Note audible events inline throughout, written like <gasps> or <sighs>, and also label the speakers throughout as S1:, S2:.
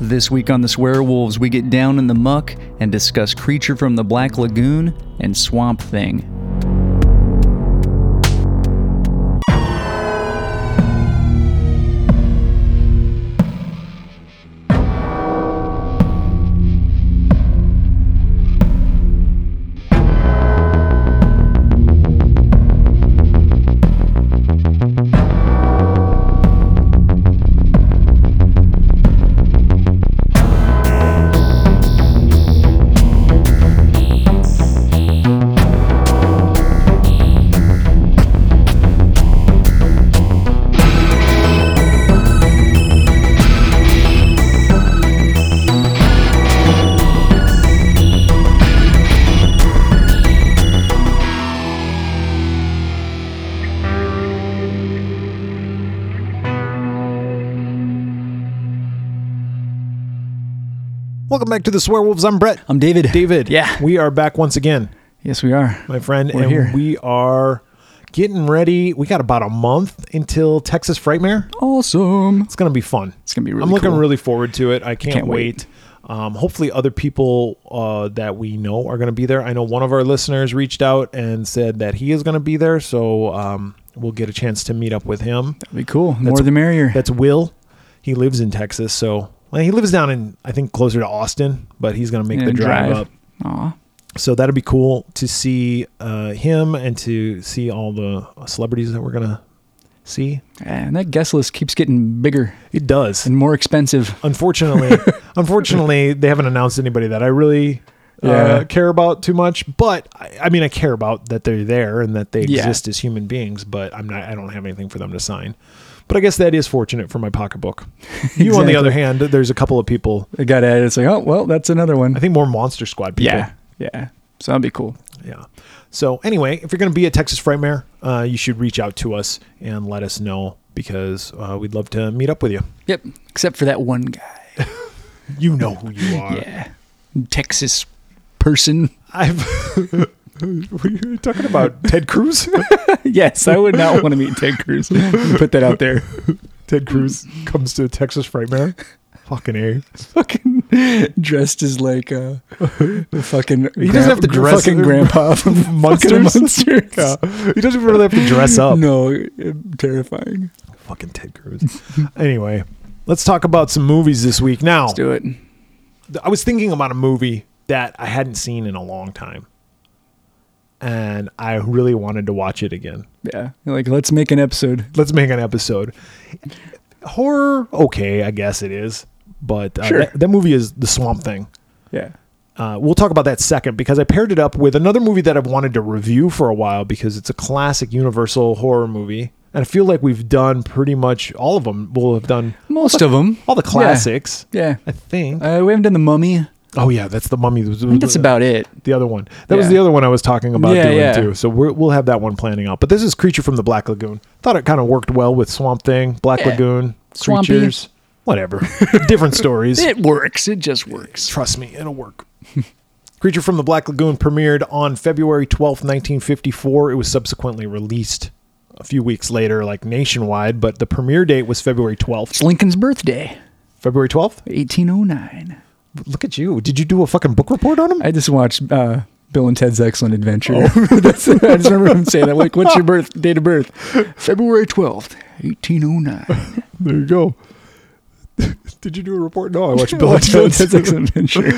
S1: This week on The Swearwolves, we get down in the muck and discuss Creature from the Black Lagoon and Swamp Thing.
S2: Welcome back to the Swear Wolves. I'm Brett.
S1: I'm David.
S2: David.
S1: Yeah.
S2: We are back once again,
S1: Yes, we are.
S2: my friend.
S1: We're
S2: and
S1: here.
S2: we are getting ready. We got about a month until Texas Frightmare.
S1: Awesome.
S2: It's going to be fun. It's
S1: gonna be really
S2: I'm looking
S1: cool.
S2: really forward to it. I can't,
S1: Can't wait.
S2: wait. Um, hopefully, other people uh, that we know are going to be there. I know one of our listeners reached out and said that he is going to be there. So um, we'll get a chance to meet up with him.
S1: That'd be cool. More the merrier.
S2: That's Will. He lives in Texas. So well, he lives down in, I think, closer to Austin, but he's going to make the
S1: And
S2: drive up.
S1: Aw.
S2: so that'd be cool to see uh, him and to see all the celebrities that we're gonna see.
S1: And that guest list keeps getting bigger
S2: It does.
S1: and more expensive.
S2: Unfortunately,
S1: <laughs>
S2: unfortunately, they haven't announced anybody that I really
S1: Yeah.
S2: uh, care about too much. But I, I mean, I care about that they're there and that they
S1: Yeah.
S2: exist as human beings. But I'm not. I don't have anything for them to sign. But I guess that is fortunate for my pocketbook. You, on
S1: Exactly.
S2: the other hand, there's a couple of people.
S1: It got added. It's like, oh, well, that's another one.
S2: I think more Monster Squad people.
S1: yeah. Yeah. So that'd be cool.
S2: Yeah. So anyway, if you're going to be at Texas Frightmare, uh, you should reach out to us and let us know because uh, we'd love to meet up with you.
S1: Yep. Except for that one guy.
S2: You know who you are.
S1: Yeah. Texas person. <laughs>
S2: I've. <laughs> Were you talking about Ted Cruz? <laughs>
S1: yes, I would not want to meet Ted Cruz. Put that out there.
S2: Ted Cruz comes to Texas Frightmare. Fucking a. <laughs>
S1: fucking <laughs> dressed as like a fucking. He
S2: doesn't have to dress
S1: fucking
S2: as-
S1: grandpa <laughs> from
S2: <laughs> Monsters?
S1: Monsters.
S2: Yeah. He doesn't really have to dress up.
S1: No, uh, terrifying.
S2: Fucking Ted Cruz. anyway, let's talk about some movies this week. Now,
S1: Let's do it.
S2: th- I was thinking about a movie that I hadn't seen in a long time, and I really wanted to watch it again.
S1: Yeah, like let's make an episode.
S2: Let's make an episode. Horror, okay, I guess it is, but uh,
S1: Sure.
S2: that, that movie is the Swamp Thing.
S1: Yeah,
S2: Uh, we'll talk about that second because I paired it up with another movie that I've wanted to review for a while because it's a classic Universal horror movie, and I feel like we've done pretty much all of them. We'll have done
S1: most of them.
S2: all the classics,
S1: Yeah,
S2: I think.
S1: uh, we haven't done the Mummy.
S2: oh yeah, that's the Mummy.
S1: I think that's about it.
S2: the other one. That was
S1: Yeah.
S2: the other one I was talking about
S1: Yeah,
S2: doing
S1: yeah.
S2: too. So we're, we'll have that one planning out. But this is Creature from the Black Lagoon. Thought it kind of worked well with Swamp Thing, Black
S1: Yeah.
S2: Lagoon,
S1: Swampy.
S2: creatures, whatever. <laughs> Different stories.
S1: It works. It just works.
S2: Trust me, it'll work. <laughs> Creature from the Black Lagoon premiered on February 12th, 1954. It was subsequently released a few weeks later, like nationwide, but the premiere date was February 12th.
S1: It's Lincoln's birthday,
S2: February 12th?
S1: 1809.
S2: Look at you. Did you do a fucking book report on him?
S1: I just watched uh, Bill and Ted's Excellent Adventure.
S2: Oh.
S1: <laughs> That's, I just remember him saying that. Like, what's
S2: <laughs>
S1: your birth date of birth? February oh 12th, 1809.
S2: There you go. <laughs> Did you do a report? No, I
S1: <laughs>
S2: watched <laughs>
S1: Bill and Ted's <laughs>
S2: Ted's-
S1: Excellent Adventure.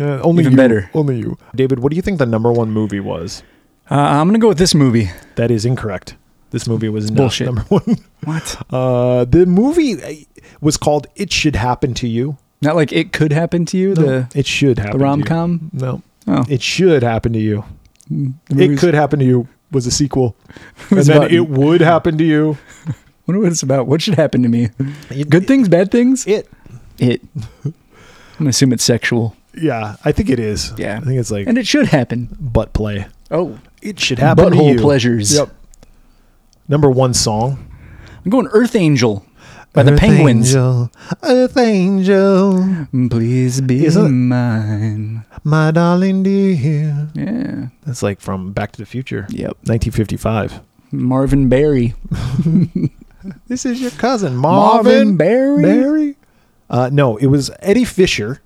S2: Uh, only
S1: Even
S2: you.
S1: better.
S2: Only you. David, what do you think the number one movie was?
S1: Uh, I'm going to go with this movie.
S2: That is incorrect. This movie was not
S1: bullshit.
S2: number <laughs> one.
S1: What?
S2: Uh, the movie uh, was called "It Should Happen to You."
S1: Not like it could happen to you, the,
S2: it should happen.
S1: the
S2: to you.
S1: rom com?
S2: No,
S1: Oh.
S2: it should happen to you.
S1: the
S2: It
S1: movies-
S2: could happen to you was
S1: <laughs>
S2: a sequel, and
S1: was
S2: then
S1: about-
S2: it would happen to you.
S1: wonder what it's about. What should happen to me? <laughs> Good things, bad things?
S2: It.
S1: It. <laughs> I'm going to assume it's sexual.
S2: Yeah, I think it is.
S1: Yeah.
S2: I think it's like
S1: And it should happen.
S2: butt play.
S1: Oh.
S2: It should happen. to
S1: Butthole
S2: you.
S1: pleasures.
S2: Yep. Number one song.
S1: I'm going Earth Angel by the
S2: Earth
S1: Penguins. Mm,
S2: Angel, Earth Angel,
S1: Please be
S2: Is it-
S1: mine.
S2: my darling dear.
S1: Yeah.
S2: That's like from Back to the Future,
S1: Yep.
S2: 1955.
S1: Marvin Berry.
S2: This is your cousin,
S1: Marvin
S2: Marvin,
S1: Berry?
S2: Barry. Uh, no, it was Eddie Fisher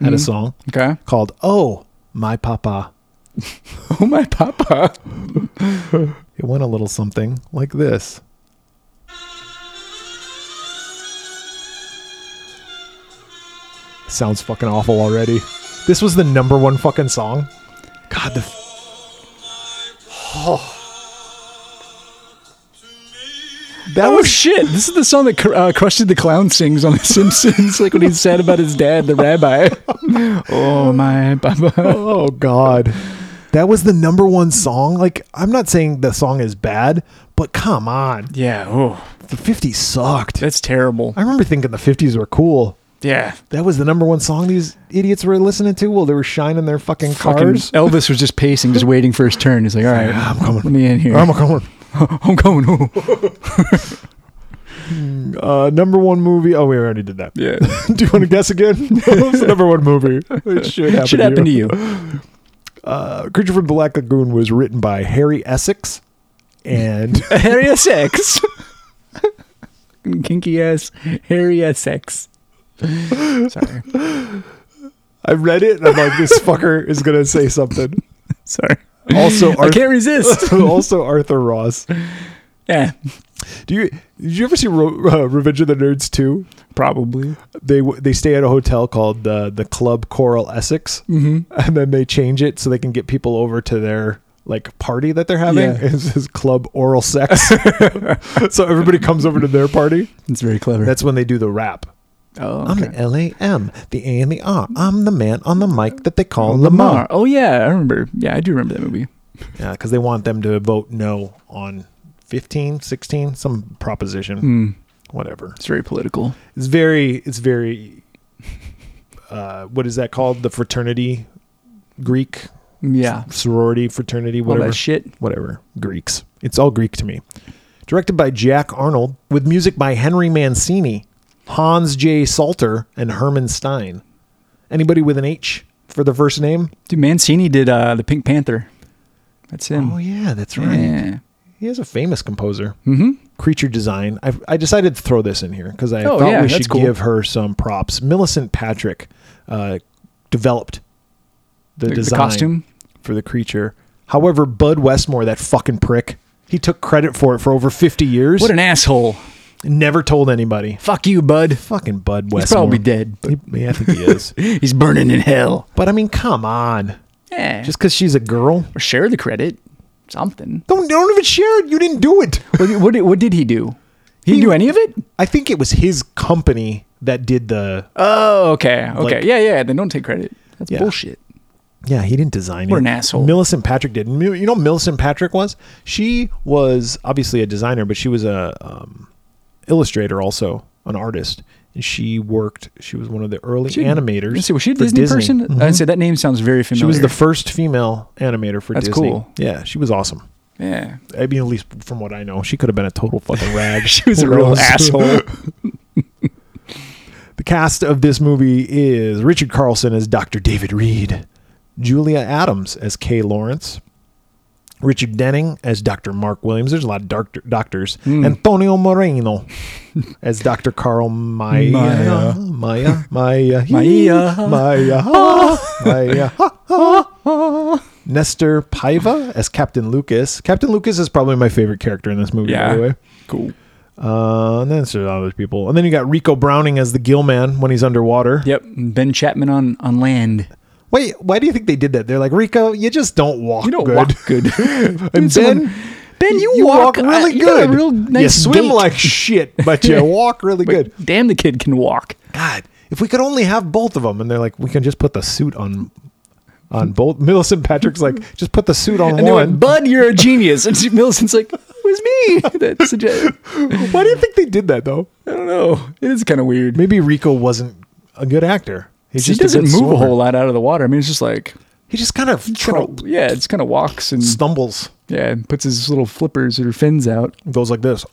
S2: had a song
S1: Okay.
S2: called "Oh My Papa."
S1: Oh my papa.
S2: It went a little something like this. Sounds fucking awful already. This was the number one fucking song. God, the. F- oh. That
S1: Oh
S2: was
S1: shit! This is the song that Cr- uh, Krusty the Clown sings on The Simpsons, like when he's sad about his dad, the
S2: <laughs>
S1: rabbi. oh my papa.
S2: Oh God. That was the number one song. Like, I'm not saying the song is bad, but come on.
S1: Yeah. Oh,
S2: The 50s sucked.
S1: that's terrible.
S2: I remember thinking the 50s were cool.
S1: Yeah.
S2: That was the number one song these idiots were listening to while they were shining their fucking
S1: Fucking
S2: cars.
S1: <laughs> Elvis was just pacing, just waiting for his turn. He's like, "All right,
S2: I'm coming.
S1: Let me in here.
S2: I'm a coming.
S1: I'm going. Oh.
S2: Uh, number one movie. Oh, we already did that.
S1: <laughs> Yeah.
S2: <laughs> Do you want to guess
S1: <laughs>
S2: again? What's the number one movie? <laughs> It should happen,
S1: Should happen to you.
S2: <laughs> Uh, Creature from the Black Lagoon was written by Harry Essex and <laughs>
S1: Harry sex. <laughs> Kinky ass Harry sex. Sorry.
S2: <laughs> I read it and I'm like, this fucker is going to say
S1: <laughs>
S2: something.
S1: Sorry.
S2: Also,
S1: I
S2: Arthur,
S1: can't
S2: <laughs>
S1: resist.
S2: also Arthur Ross.
S1: yeah.
S2: Do you did you ever see Ro- uh, Revenge of the Nerds two?
S1: Probably.
S2: They w- they stay at a hotel called the the Club Coral Essex, <laughs> and then they change it so they can get people over to their like party that they're having. <laughs>
S1: Yeah.
S2: It says Club Oral Sex, <laughs> so everybody comes over to their party.
S1: It's very clever.
S2: That's when they do the rap.
S1: oh,
S2: I'm the L A M, the A and the R. I'm the man on the mic that they call
S1: Lamar.
S2: Lamar.
S1: Oh yeah, I remember. Yeah, I do remember that movie.
S2: Yeah, because they want them to vote no on 15, 16, some proposition,
S1: Hmm.
S2: whatever.
S1: It's very political.
S2: It's very it's very uh what is that called? The fraternity Greek
S1: Yeah.
S2: sorority fraternity
S1: All
S2: whatever
S1: that shit.
S2: whatever Greeks. It's all Greek to me. Directed by Jack Arnold with music by Henry Mancini, Hans J. Salter and Herman Stein. Anybody with an H for the first name?
S1: Dude, Mancini did uh, the Pink Panther. That's him.
S2: Oh yeah, that's right.
S1: yeah.
S2: He is a famous composer.
S1: Mm-hmm.
S2: creature design. I, I decided to throw this in here because I
S1: Oh,
S2: thought
S1: yeah,
S2: we
S1: that's
S2: should
S1: cool.
S2: give her some props. Millicent Patrick uh, developed the,
S1: The- the
S2: design
S1: costume?
S2: for the creature. However, Bud Westmore, that fucking prick, he took credit for it for over 50 years.
S1: What an asshole.
S2: Never told anybody.
S1: Fuck you, bud.
S2: Fucking Bud Westmore.
S1: He's probably dead.
S2: He- yeah, I think
S1: <laughs>
S2: he is.
S1: He's burning in hell.
S2: but I mean, come on.
S1: Yeah.
S2: Just because she's a girl,
S1: or share the credit. Something.
S2: don't don't even share it. You didn't do it.
S1: What, did- what, did- what did he do? He didn't do any of it?
S2: I think it was his company that did the.
S1: Oh, okay. Okay.
S2: Like-
S1: yeah, yeah. Then don't take credit. That's
S2: Yeah.
S1: bullshit.
S2: Yeah, he didn't design it.
S1: What an asshole.
S2: Millicent Patrick did. Mil- You know, what Millicent Patrick was she was obviously a designer, but she was a um, illustrator also, an artist. And she worked. She was one of the early animators.
S1: Let's see, was she a
S2: for
S1: Disney, person?
S2: Mhm.
S1: I'd say that name sounds very familiar.
S2: She was the first female animator for
S1: That's
S2: Disney.
S1: cool.
S2: Yeah, she was awesome.
S1: Yeah.
S2: I mean, at least from what I know, she could have been a total
S1: <laughs>
S2: fucking rag.
S1: She was
S2: Who
S1: a real
S2: knows?
S1: asshole.
S2: <laughs> The cast of this movie is Richard Carlson as Dr. David Reed, Julia Adams as Kay Lawrence, Richard Denning as Dr. Mark Williams. There's a lot of doctor, doctors.
S1: Hmm. <laughs>
S2: Antonio Moreno as Dr. Carl Maya.
S1: Maya.
S2: Maya. Maya.
S1: Maya. Ah.
S2: Maya. Maya. Nestor Paiva as Captain Lucas. Captain Lucas is probably my favorite character in this movie, by
S1: Yeah.
S2: the way.
S1: Cool.
S2: Uh, and then there's other people. And then you got Rico Browning as the Gill Man when he's underwater.
S1: Yep. Ben Chapman on, on land.
S2: Wait, why do you think they did that? They're like, Rico, you just don't walk
S1: You don't
S2: good.
S1: walk good.
S2: <laughs> And
S1: Dude, someone-
S2: Ben,
S1: Ben, you, walk, uh,
S2: really
S1: you got
S2: good.
S1: a real nice
S2: you swim
S1: gait. <laughs>
S2: like shit, but you walk really
S1: Wait,
S2: good.
S1: Damn, the kid can walk.
S2: God, if we could only have both of them, and they're like, we can just put the suit on, on both. Millicent Patrick's like, just put the suit on
S1: And they
S2: one.
S1: went, Bud, you're a genius. And <laughs> she- Millicent's like, it was me.
S2: <laughs>
S1: That suggests,
S2: why do you think they did that though?
S1: I don't know. It is kind of weird.
S2: Maybe Rico wasn't a good actor. He's
S1: She
S2: just a
S1: doesn't
S2: good
S1: move
S2: swimmer.
S1: a whole lot out of the water. I mean, it's just like,
S2: He just kind of
S1: kinda-
S2: tro-
S1: yeah, it's kind of walks and
S2: stumbles.
S1: yeah, and puts his little flippers or fins out.
S2: goes like this.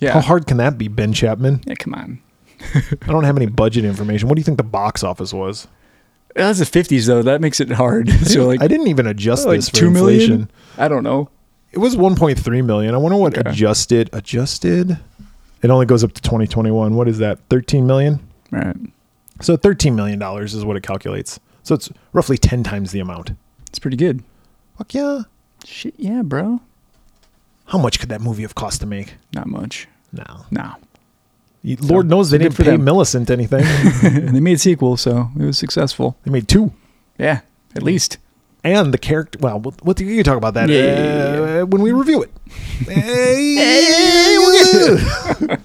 S1: Yeah,
S2: How hard can that be, Ben Chapman?
S1: yeah. Come on,
S2: I don't have any budget information. What do you think the box office was?
S1: that's the fifties though. That makes it hard. <laughs> so like,
S2: I didn't even adjust
S1: like
S2: this for
S1: two million.
S2: inflation.
S1: I don't know.
S2: It was 1.3 million. I wonder what adjusted adjusted It only goes up to 2021. What is that? 13 million?
S1: All right.
S2: So 13 million dollars is what it calculates. So it's roughly 10 times the amount.
S1: It's pretty good.
S2: Fuck yeah.
S1: Shit, yeah, bro.
S2: How much could that movie have cost to make?
S1: Not much.
S2: No.
S1: No.
S2: You- Lord knows they
S1: good
S2: didn't
S1: for
S2: pay
S1: them.
S2: Millicent
S1: <laughs>
S2: anything.
S1: and <laughs> they made a sequel, so it was successful.
S2: they made two.
S1: Yeah, at least.
S2: And the character. Well, what, what you can talk about that
S1: Yeah,
S2: uh,
S1: yeah, yeah,
S2: when we
S1: <laughs>
S2: review it. Hey, we'll get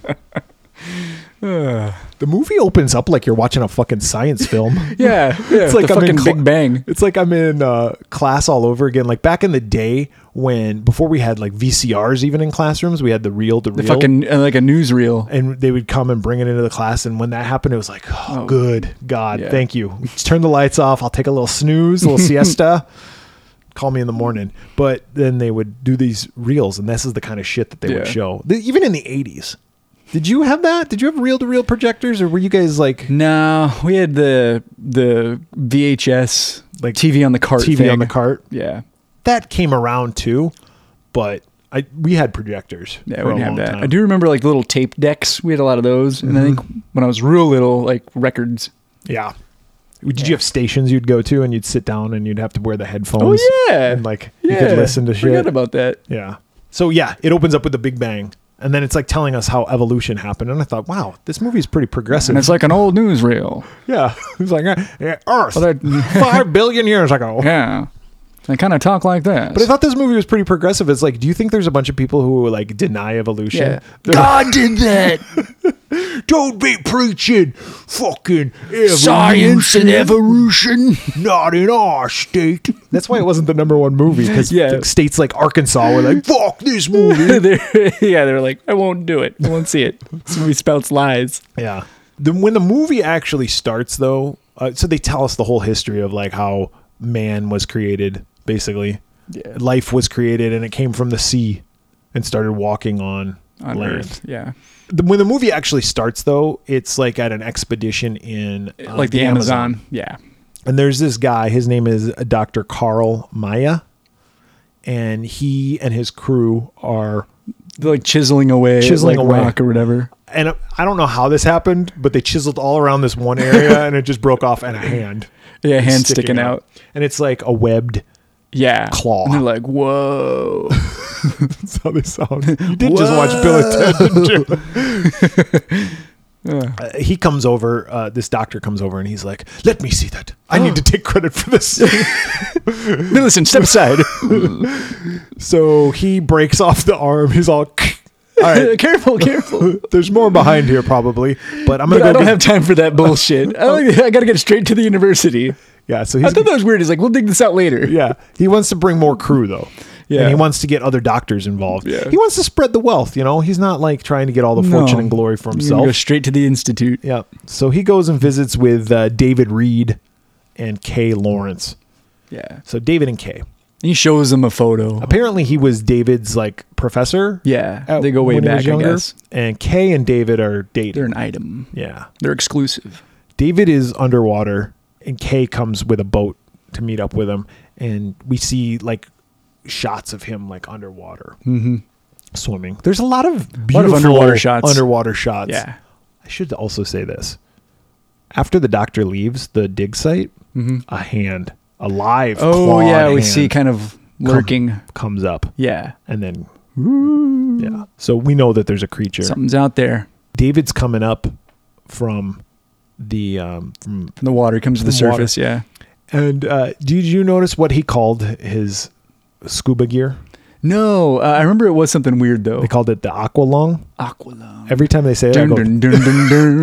S1: <laughs>
S2: to- the movie opens up like you're watching a fucking science film.
S1: Yeah,
S2: It's
S1: it's like
S2: like
S1: the
S2: I'm in
S1: fucking
S2: cl-
S1: Big Bang.
S2: It's like I'm in uh, class all over again. Like back in the day when before we had like VCRs even in classrooms, we had the reel to
S1: The
S2: reel.
S1: fucking uh, like a newsreel.
S2: and they would come and bring it into the class. And when that happened, it was like, oh,
S1: Oh.
S2: good God,
S1: Yeah.
S2: thank you. Just turn the lights off. I'll take a little snooze, a
S1: <laughs>
S2: little siesta. Call me in the morning. But then they would do these reels, and this is the kind of shit that they would
S1: Yeah.
S2: show. The- even in the 80s. Did you have that? Did you have reel to reel projectors, or were you guys like
S1: No, we had the the VHS
S2: Like,
S1: like TV on the cart.
S2: TV on
S1: thing.
S2: the cart?
S1: Yeah,
S2: That came around too, but. I, we had projectors.
S1: yeah,
S2: for
S1: we
S2: a
S1: didn't have
S2: long
S1: that.
S2: time.
S1: I do remember like the little tape decks. We had a lot of those, and I think when I was real little, like records.
S2: Yeah. Did you have stations you'd go to and you'd sit down and you'd have to wear the headphones?
S1: Oh, yeah.
S2: And like
S1: Yeah,
S2: you could listen to
S1: Forgot
S2: shit.
S1: about that.
S2: yeah. So yeah, it opens up with the Big Bang. And then it's like telling us how evolution happened. And I thought, wow, this movie's pretty progressive.
S1: And it's like an old newsreel.
S2: yeah. <laughs> it's like eh, eh,
S1: <laughs>
S2: Earth
S1: Well, that-
S2: <laughs> five billion years ago.
S1: yeah, they kind of talk like that.
S2: But I thought this movie was pretty progressive. It's like, do you think there's a bunch of people who like deny evolution?
S1: yeah,
S2: They're like,
S1: God did that. <laughs>
S2: Don't be preaching fucking
S1: Science and evolution.
S2: not in our state. That's why it wasn't the number one movie because
S1: Yeah.
S2: states like Arkansas were like, "Fuck this
S1: <laughs>
S2: movie."
S1: They're- yeah, they're like, I won't do it. I won't see it. This movie spouts lies.
S2: <laughs> yeah. The, when the movie actually starts, though, uh, so they tell us the whole history of like how man was created, basically.
S1: Yeah.
S2: Life was created, and it came from the sea, and started walking on,
S1: On
S2: land.
S1: Earth. Yeah.
S2: The, when the movie actually starts, though, it's like at an expedition in uh,
S1: like the, Amazon. Yeah.
S2: And there's this guy, his name is Dr. Carl Maya, and he and his crew are
S1: They're like chiseling away, at,
S2: Chiseling
S1: like,
S2: away.
S1: rock or whatever.
S2: and I- I don't know how this happened, but they chiseled all around this one area and it just broke off and a hand.
S1: Yeah,
S2: is
S1: hand sticking out.
S2: And it's like a webbed
S1: Yeah.
S2: Claw.
S1: And they're like,
S2: <laughs>
S1: whoa. <laughs>
S2: that's how they sound. <laughs> You did just watch Bill and Ted.
S1: Yeah.
S2: <laughs> Uh, he comes over, uh, this doctor comes over and he's like, Let me see that. I need to take credit for this. <laughs>
S1: Now Listen, step aside.
S2: so he breaks off the arm, he's all <laughs> all
S1: <laughs>
S2: right.
S1: careful, careful.
S2: <laughs> There's more behind here probably, but I'm
S1: But
S2: gonna go
S1: I don't
S2: get-
S1: have time for that
S2: <laughs>
S1: bullshit. I, don't- I gotta get straight to the university.
S2: Yeah, so
S1: I
S2: he's
S1: thought that was weird. He's like, we'll dig this out later.
S2: yeah, he wants to bring more crew though.
S1: Yeah.
S2: And he wants to get other doctors involved.
S1: Yeah.
S2: He wants to spread the wealth, you know. He's not like trying to get all the fortune
S1: No.
S2: and glory for
S1: You're gonna
S2: himself.
S1: go straight to the institute.
S2: yeah. So he goes and visits with uh, David Reed and Kay Lawrence.
S1: Yeah.
S2: So David and Kay.
S1: He shows them a photo.
S2: Apparently he was David's like professor.
S1: Yeah. Oh,
S2: at-
S1: they go way
S2: when he was
S1: back, I
S2: younger.
S1: guess.
S2: And Kay and David are dating.
S1: They're an item.
S2: yeah.
S1: They're exclusive.
S2: David is underwater, and Kay comes with a boat to meet up with him, and we see like shots of him like underwater
S1: Mm-hmm.
S2: swimming. There's a lot of beautiful
S1: underwater shots.
S2: Underwater shots.
S1: Yeah.
S2: I should also say this: after the doctor leaves the dig site, a hand, a live,
S1: Mm-hmm. Oh
S2: clawed
S1: yeah, we
S2: hand
S1: see kind of lurking.
S2: comes up,
S1: Yeah,
S2: and then yeah. So we know that there's a creature.
S1: something's out there.
S2: David's coming up from the um, from
S1: And the water comes to the
S2: From water.
S1: surface. Yeah.
S2: And uh, did you notice what he called his scuba gear?
S1: No, uh, I remember it was something weird though.
S2: They called it the aqualung.
S1: Aqualung.
S2: Every time they say it, I
S1: Dun,
S2: go,
S1: dun, dun,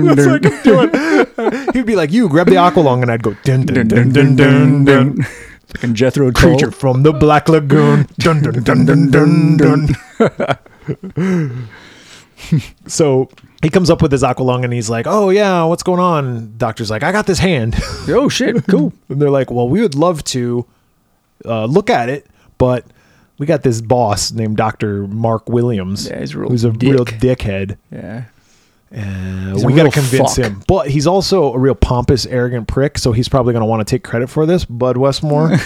S1: dun, <laughs> dun, dun.
S2: he'd be like, "You grab the aqualung," and I'd go, "Dun dun
S1: Dun,
S2: dun dun
S1: <laughs>
S2: dun dun."
S1: Fucking Jethro Tull.
S2: Creature from the Black Lagoon. Dun dun dun dun dun dun. <laughs> so he comes up with his aqualung and he's like, "Oh yeah, what's going on?" Doctor's like, "I got this hand." <laughs>
S1: Oh shit, cool.
S2: And they're like, well, we would love to uh, look at it, but we got this boss named Dr. Mark Williams,
S1: Yeah, he's a real
S2: who's a
S1: dick.
S2: real dickhead.
S1: Yeah.
S2: Uh,
S1: He's a
S2: we got to
S1: real
S2: convince
S1: fuck.
S2: him. But he's also a real pompous, arrogant prick, so he's probably going to want to take credit for this, Bud Westmore.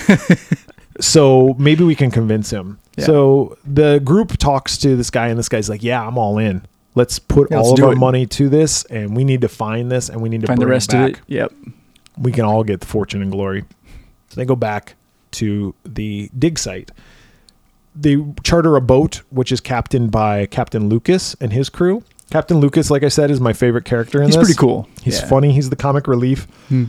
S1: <laughs>
S2: so maybe we can convince him.
S1: Yeah.
S2: So the group talks to this guy, and this guy's like, yeah, I'm all in. Let's put
S1: Yeah, let's
S2: all of
S1: do
S2: our
S1: it.
S2: money to this, and we need to find this, and we need to
S1: Find the
S2: bring it
S1: rest
S2: back.
S1: of it. Yep.
S2: we can all get the fortune and glory. So they go back to the dig site. They charter a boat, which is captained by Captain Lucas and his crew. Captain Lucas, like I said, is my favorite character in
S1: He's
S2: this.
S1: pretty cool.
S2: He's
S1: Yeah.
S2: funny. He's the comic relief,
S1: Hmm.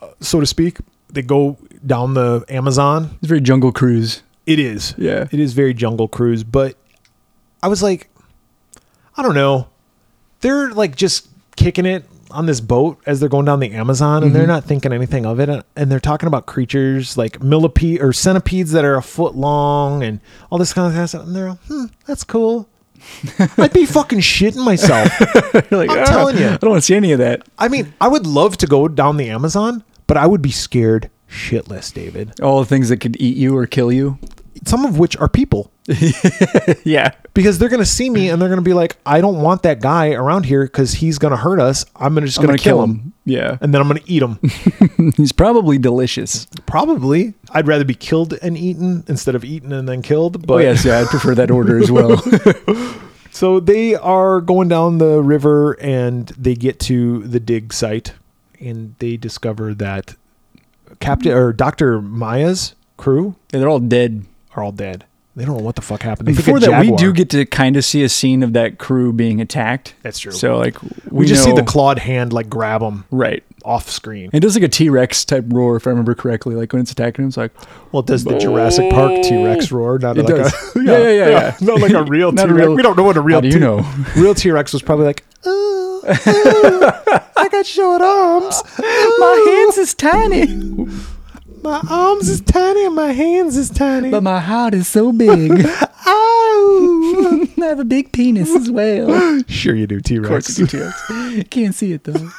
S2: uh, so to speak. They go down the Amazon.
S1: It's very Jungle Cruise. <laughs>
S2: It is.
S1: Yeah.
S2: It is very jungle cruise, but I was like, I don't know. They're like just kicking it on this boat as they're going down the Amazon and they're not thinking anything of it. uh, And they're talking about creatures like millipede or centipedes that are a foot long and all this kind of stuff. And they're like, hmm, that's cool. I'd be fucking shitting myself.
S1: You're like, "Ah,
S2: I'm telling you."
S1: I don't want to see any of that.
S2: I mean, I would love to go down the Amazon, but I would be scared shitless, David.
S1: All the things that could eat you or kill you.
S2: Some of which are people.
S1: <laughs> Yeah.
S2: because they're going to see me and they're going to be like, I don't want that guy around here because he's going to hurt us. I'm gonna just
S1: I'm
S2: going
S1: gonna
S2: to kill him.
S1: Yeah.
S2: and then I'm going to eat him.
S1: He's probably delicious.
S2: <laughs> Probably. I'd rather be killed and eaten instead of eaten and then killed. But
S1: oh yes, yeah, I'd prefer that order as <laughs> well.
S2: so they are going down the river and they get to the dig site and they discover that Captain or Dr. Maya's crew
S1: Yeah, they're all dead.
S2: are all dead. They don't know what the fuck happened. They think a
S1: Before that, we
S2: jaguar-
S1: do get to kind of see a scene of that crew being attacked.
S2: That's true.
S1: So like we,
S2: we, just see
S1: know-
S2: the clawed hand like grab them
S1: right.
S2: off screen.
S1: It does like a T Rex type roar, if I remember correctly. Like when it's attacking him, it's like
S2: Well, does the Jurassic Park T Rex roar? Not
S1: It
S2: like
S1: does.
S2: <laughs> A,
S1: Yeah, yeah, yeah, yeah.
S2: <laughs> Not like a real T
S1: Not a
S2: Rex.
S1: real-
S2: We don't know what a real.
S1: How do you <laughs>
S2: T-
S1: know?
S2: Real T Rex was probably like, ooh, ooh, I got short arms.
S1: my hands is tiny, <laughs>
S2: My arms is tiny and my hands is tiny.
S1: but my heart is so big. <laughs>
S2: Ow.
S1: I have a big penis as well. Of
S2: sure you do, T
S1: course,
S2: Rex.
S1: you do,
S2: <laughs>
S1: <laughs> T-Rex. Can't see it though.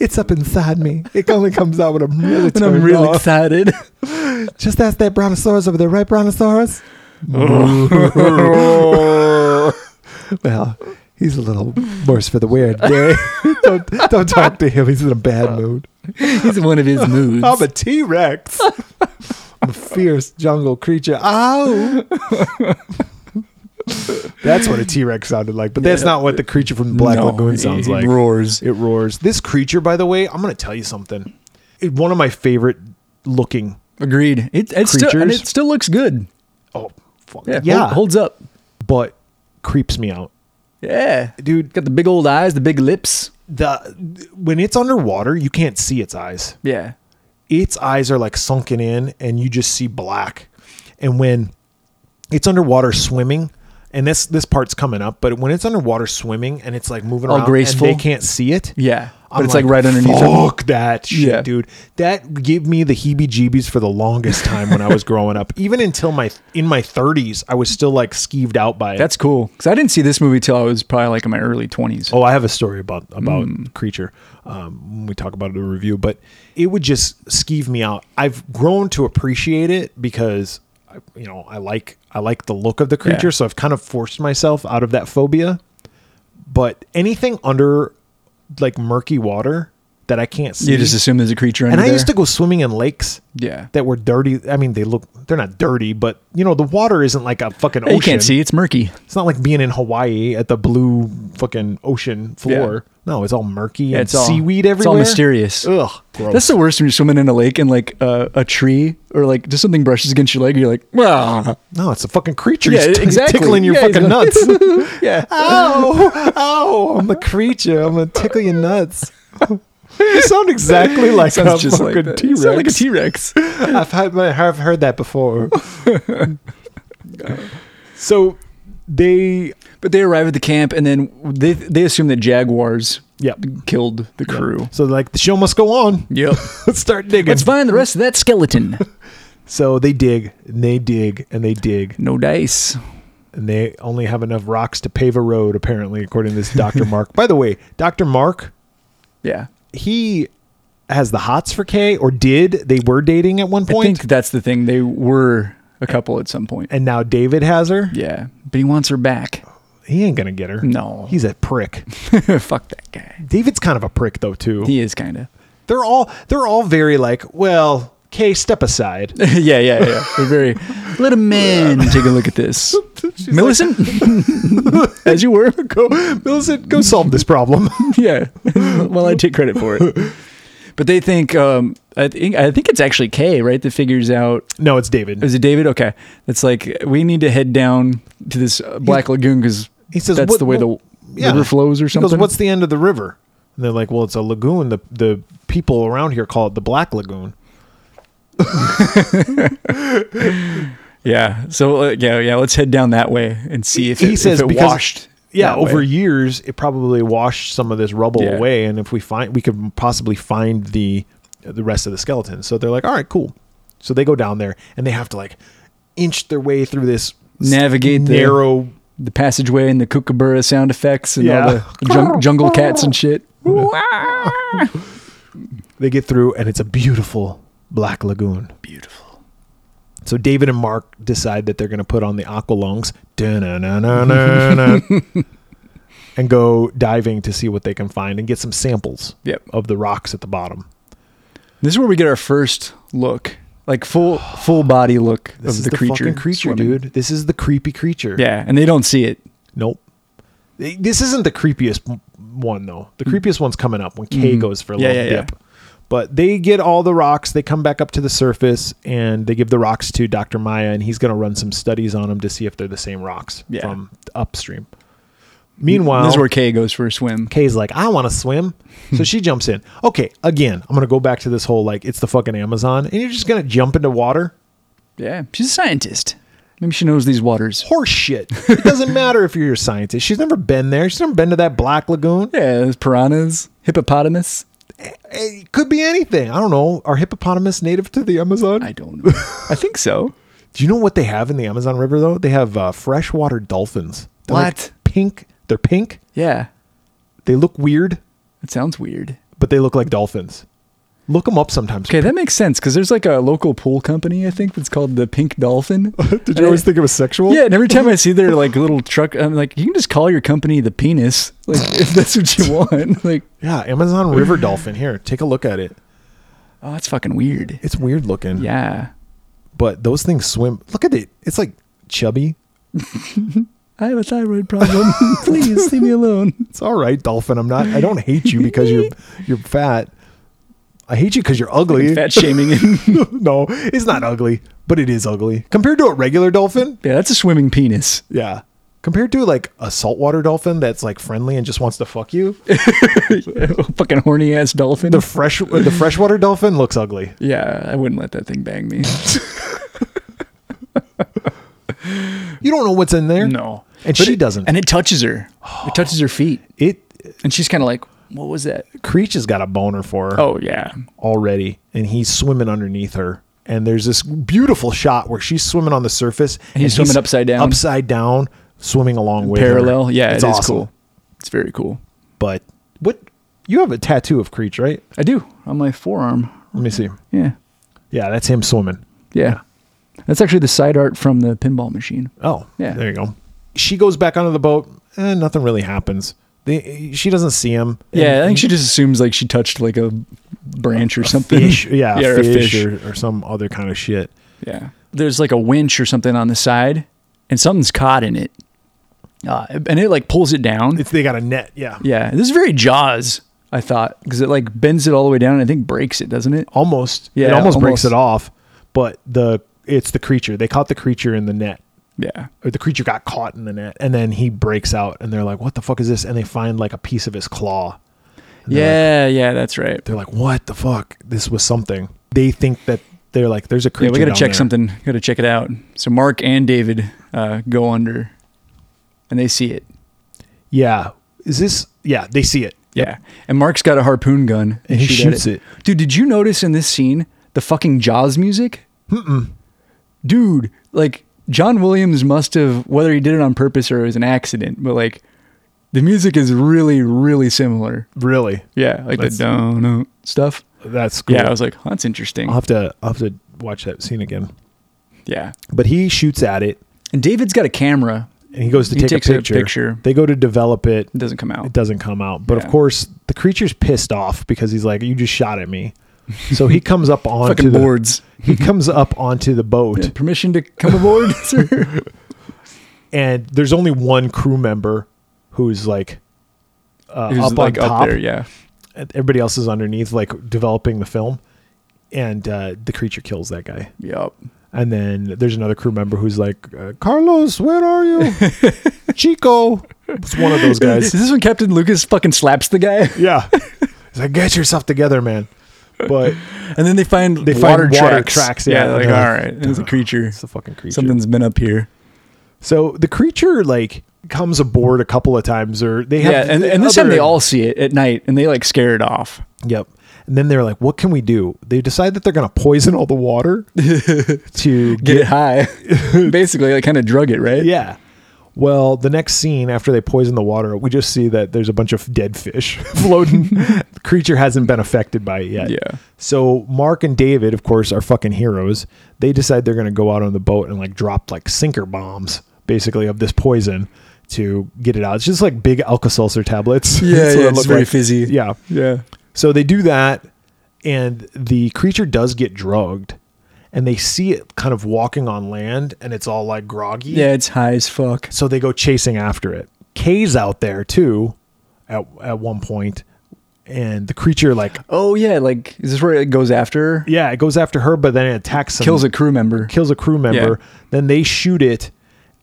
S2: It's up inside me. It only comes out when I'm really
S1: When
S2: turned
S1: I'm really
S2: off.
S1: excited.
S2: <laughs>
S1: <laughs>
S2: Just ask that brontosaurus over there,
S1: <laughs>
S2: right, brontosaurus? Well, he's a little worse for the wear today. <laughs> don't, don't talk to him. He's in a bad mood.
S1: He's in one of his moods.
S2: <laughs> I'm a T Rex. I'm a fierce jungle creature. Ow! that's what a T Rex sounded like, but that's
S1: Yeah.
S2: not what the creature from the Black
S1: No,
S2: Lagoon
S1: it-
S2: sounds
S1: it
S2: like.
S1: roars.
S2: It roars. This creature, by the way, I'm going to tell you something. It, one of my favorite looking.
S1: Agreed. It, it's still, and
S2: Creatures.
S1: it still looks good.
S2: Oh, fuck.
S1: Yeah,
S2: Yeah.
S1: hol- holds up.
S2: but creeps me out.
S1: Yeah,
S2: Dude.
S1: Got the big old eyes, the big lips.
S2: The when it's underwater, you can't see its eyes.
S1: Yeah,
S2: its eyes are like sunken in and you just see black and when it's underwater swimming and this this part's coming up but when it's underwater swimming and it's like moving
S1: All
S2: around
S1: Oh, graceful.
S2: and they can't see it
S1: yeah. But
S2: I'm
S1: it's like, right underneath. her.
S2: Fuck that shit,
S1: Yeah.
S2: dude. That gave me the heebie-jeebies for the longest time when I was growing up. Even until my in my 30s, I was still like skeeved out by it.
S1: That's cool. Because I didn't see this movie till I was probably like in my early 20s.
S2: Oh, I have a story about about
S1: Hmm.
S2: creature. Um, when we talk about it in a review, but it would just skeeve me out. I've grown to appreciate it because I, you know I like I like the look of the creature,
S1: Yeah.
S2: so I've kind of forced myself out of that phobia. But anything under like murky water that I can't see,
S1: You just assume there's a creature under
S2: and I
S1: there.
S2: used to go swimming in lakes.
S1: Yeah.
S2: That were dirty. I mean, they look, they're not dirty, but you know, the water isn't like a fucking ocean.
S1: you can't see. It's murky.
S2: It's not like being in Hawaii at the blue fucking ocean floor. No, it's all murky and
S1: it's all-
S2: seaweed
S1: it's all
S2: everywhere.
S1: mysterious.
S2: Ugh, gross.
S1: That's the worst when you're swimming in a lake and like uh, a tree or like just something brushes against your leg. You're like, wow.
S2: no, it's a fucking creature.
S1: Yeah,
S2: He's
S1: exactly.
S2: tickling your
S1: Yeah, he's
S2: fucking
S1: going-
S2: nuts.
S1: <laughs> Yeah.
S2: ow, ow! I'm a creature. I'm gonna tickle your nuts. you
S1: <laughs>
S2: sound exactly like a
S1: Sounds just like
S2: fucking
S1: that.
S2: T
S1: You
S2: Rex.
S1: sound like a T Rex.
S2: <laughs> I've had, I've heard that before. so they,
S1: <laughs> But they arrive at the camp and then they they assume that jaguars
S2: Yep.
S1: killed the crew.
S2: so like the show must go on.
S1: Yep.
S2: Let's start
S1: <laughs>
S2: digging.
S1: Let's find the rest of that skeleton.
S2: So they dig and they dig and they dig
S1: No dice.
S2: and they only have enough rocks to pave a road, apparently, according to this Dr. Mark. By the way, Dr. Mark,
S1: Yeah.
S2: he has the hots for Kay or did. They were dating at one
S1: I
S2: point,
S1: think that's the thing. They were a couple at some point.
S2: and now David has her.
S1: Yeah. But he wants her back. <laughs>
S2: He ain't going to get her.
S1: No.
S2: He's
S1: <laughs>
S2: a prick.
S1: Fuck that guy.
S2: David's kind of a prick though too.
S1: He is <laughs> kind of.
S2: They're all they're all very like, well, Kay, step aside. <laughs>
S1: <laughs> yeah, yeah, yeah. They're very Let a man take a look at <laughs> this. <laughs> Millicent, as you were.
S2: Go, Millicent, go solve this problem. <laughs>
S1: yeah. well, I take credit for it. <laughs> But they think um, I think I think it's actually Kay, right? That figures out
S2: no, it's David.
S1: is it David? Okay, it's like we need to head down to this uh, Black Lagoon because
S2: He says
S1: that's
S2: "What-
S1: the way the
S2: what- yeah."
S1: river flows or
S2: He goes,
S1: something.
S2: "What's the end of the river?" And they're like, "Well, it's a lagoon. The the people around here call it the Black Lagoon."
S1: yeah, so uh, yeah, yeah. Let's head down that way and see if
S2: He
S1: it, if
S2: says
S1: it
S2: because-
S1: washed.
S2: Yeah,
S1: that
S2: over
S1: way.
S2: years, it probably washed some of this rubble
S1: Yeah.
S2: away, and if we find, we could possibly find the the rest of the skeletons. So they're like, "All right, cool." So they go down there, and they have to like inch their way through this s-
S1: Navigate the-
S2: narrow.
S1: the passageway and the kookaburra sound effects and all
S2: Yeah.
S1: the jung-
S2: <laughs>
S1: jungle cats and shit.
S2: They get through, and it's a beautiful black lagoon.
S1: Beautiful.
S2: So David and Mark decide that they're going to put on
S1: <laughs>
S2: the aqualungs Dun-dun-dun-dun-dun. and go diving to see what they can find and get some samples
S1: Yep.
S2: of the rocks at the bottom.
S1: This is where we get our first look, like full full body look
S2: This
S1: of
S2: is
S1: the,
S2: the,
S1: creature.
S2: fucking creature,
S1: swimming.
S2: dude. This is the creepy creature.
S1: Yeah, and they don't see it.
S2: Nope. This isn't the creepiest m- one though. The creepiest one's coming up when Kay goes for a
S1: Mm. Mm-hmm. Yeah,
S2: little
S1: yeah, yeah.
S2: dip. But they get all the rocks. They come back up to the surface and they give the rocks to Dr. Maya, and he's going to run some studies on them to see if they're the same rocks
S1: Yeah.
S2: from upstream. Meanwhile,
S1: this is where Kay goes for a swim.
S2: Kay's like, I want to
S1: <laughs>
S2: swim. So she jumps in. Okay, again, I'm going to go back to this whole like, it's the fucking Amazon, and you're just going to jump into water?
S1: Yeah, she's a scientist. Maybe she knows these waters.
S2: Horse shit. It doesn't matter if you're a scientist. She's never been there. She's never been to that Black Lagoon.
S1: Yeah, there's piranhas, hippopotamus.
S2: It could be anything. I don't know. Are hippopotamus native to the Amazon?
S1: I don't know. <laughs> I think so.
S2: Do you know what they have in the Amazon River though? They have uh, freshwater dolphins. They're like
S1: What?
S2: pink. They're pink.
S1: Yeah,
S2: They look weird,
S1: that sounds weird.
S2: but they look like dolphins. Look them up sometimes.
S1: Okay, that makes sense because there's like a local pool company I think that's called the Pink <laughs> Dolphin.
S2: <laughs> Did you always think it was sexual?
S1: Uh, Yeah, and every <laughs> time I see their like little truck, I'm like, you can just call your company the penis, <laughs> like if that's what you want. <laughs> Like,
S2: Yeah, Amazon river dolphin. Here, take a look at it.
S1: oh, that's fucking weird.
S2: It's weird looking.
S1: Yeah,
S2: But those things swim. Look at it. It's like chubby.
S1: I have a thyroid problem. <laughs> Please leave me alone.
S2: It's all right, dolphin. I'm not. I don't hate you because you're you're fat. I hate you because you're ugly.
S1: Fat shaming. <laughs> yeah,
S2: <laughs> no, it's not ugly, but it is ugly compared to a regular dolphin.
S1: that's a swimming penis. <laughs>
S2: Yeah. Compared to like a saltwater dolphin that's like friendly and just wants to fuck you,
S1: fucking horny ass dolphin. <laughs>
S2: the fresh the freshwater dolphin looks ugly.
S1: yeah, I wouldn't let that thing bang me.
S2: You don't know what's in
S1: <laughs>
S2: there.
S1: no, Oh.
S2: And she
S1: it,
S2: doesn't.
S1: And it touches her. It touches her feet,
S2: It
S1: and she's kind of like, "What was that?"
S2: Creech has got a boner for her.
S1: Oh yeah,
S2: already and he's swimming underneath her and there's this beautiful shot where she's swimming on the surface and
S1: he's swimming upside down.
S2: upside down swimming along with her.
S1: parallel. Yeah, it's
S2: awesome.
S1: cool. It's very cool.
S2: but what you have a tattoo of Creech right
S1: I do on my forearm.
S2: let me see
S1: Yeah.
S2: yeah that's him swimming
S1: Yeah. That's actually the side art from the pinball machine.
S2: oh
S1: Yeah.
S2: there you go she goes back onto the boat and nothing really happens they, she doesn't see him
S1: Yeah, I think she just assumes like she touched like a branch or something. <laughs>
S2: fish yeah,
S1: or a
S2: fish,
S1: fish.
S2: Or, or some other kind of shit
S1: Yeah. There's like a winch or something on the side and something's caught in it. Uh, and it like pulls it down.
S2: it's they got a net yeah
S1: yeah. This is very Jaws, I thought, because it like bends it all the way down and I think breaks it, doesn't it?
S2: almost
S1: Yeah,
S2: it almost,
S1: almost.
S2: breaks it off but the it's the creature they caught the creature in the net
S1: Yeah.
S2: or the creature got caught in the net and then he breaks out and they're like what the fuck is this and they find like a piece of his claw
S1: Yeah, yeah, that's right.
S2: they're like what the fuck this was something they think that they're like there's a creature
S1: Yeah, we got to
S2: down
S1: check
S2: there.
S1: something. Got to check it out. So Mark and David uh, go under, and they see it.
S2: yeah is this yeah they see it
S1: Yeah, and Mark's got a harpoon gun,
S2: And he
S1: shoot at
S2: shoots it.
S1: Dude, did you notice in this scene the fucking Jaws music? Mm-mm. Dude, like John Williams must have, whether he did it on purpose or it was an accident, but like the music is really, really similar.
S2: really
S1: Yeah, like
S2: That's-
S1: the don't stuff.
S2: that's cool
S1: Yeah, I was like, "Huh, that's interesting.
S2: i'll have to i'll have to watch that scene again
S1: Yeah,
S2: but he shoots at it
S1: and David's got a camera.
S2: and he goes to
S1: He
S2: take
S1: takes
S2: a
S1: a
S2: picture.
S1: picture.
S2: they go to develop it
S1: It doesn't come out.
S2: it doesn't come out but
S1: Yeah.
S2: of course the creature's pissed off because he's like you just shot at me So he comes up <laughs> onto
S1: Fucking
S2: the
S1: boards.
S2: he comes up onto the boat,
S1: Permission to come <laughs> aboard, sir?
S2: and there's only one crew member who's like uh,
S1: It was
S2: up
S1: like
S2: on top.
S1: up there, yeah.
S2: and Everybody else is underneath, like developing the film, and uh, the creature kills that guy.
S1: Yup.
S2: And then there's another crew member who's like, uh, Carlos, where
S1: <laughs>
S2: are you? Chico. It's one of those
S1: Is <laughs>
S2: guys.
S1: this when Captain Lucas fucking slaps the guy?
S2: Yeah. He's like, get yourself together, man. But
S1: And then they find
S2: They find
S1: water,
S2: water
S1: tracks.
S2: tracks,
S1: Yeah,
S2: yeah.
S1: they're like,
S2: Uh-huh.
S1: all right, there's a creature.
S2: it's a fucking creature.
S1: Something's been up here.
S2: so the creature, like, comes aboard a couple of times, or they have.
S1: Yeah, and, and this time
S2: other-
S1: they all see it at night and they like scare it off.
S2: Yep. And then they're like, what can we do? They decide that they're going to poison all
S1: <laughs>
S2: the water to
S1: Get it <laughs> high. Basically, like kind of drug it, right?
S2: Yeah. Well, the next scene after they poison the water, we just see that there's a bunch of dead
S1: <laughs>
S2: fish <laughs> floating. the creature hasn't been affected by it yet.
S1: Yeah.
S2: So Mark and David, of course, are fucking heroes. They decide they're going to go out on the boat and like drop like sinker bombs, basically, of this poison to get it out. It's just like big Alka-Seltzer tablets. <laughs>
S1: Yeah,
S2: That's what
S1: yeah,
S2: it
S1: it's
S2: looked
S1: very fizzy.
S2: Yeah.
S1: Yeah.
S2: So they do that, and the creature does get drugged, and they see it kind of walking on land, and it's all like groggy.
S1: Yeah, it's high as fuck.
S2: So they go chasing after it. Kay's out there too, at at one point, and the creature like
S1: Oh, yeah. Like, is this where it goes after? her?
S2: yeah, it goes after her, but then it attacks some,
S1: Kills a crew member.
S2: kills a crew member. Then they shoot it,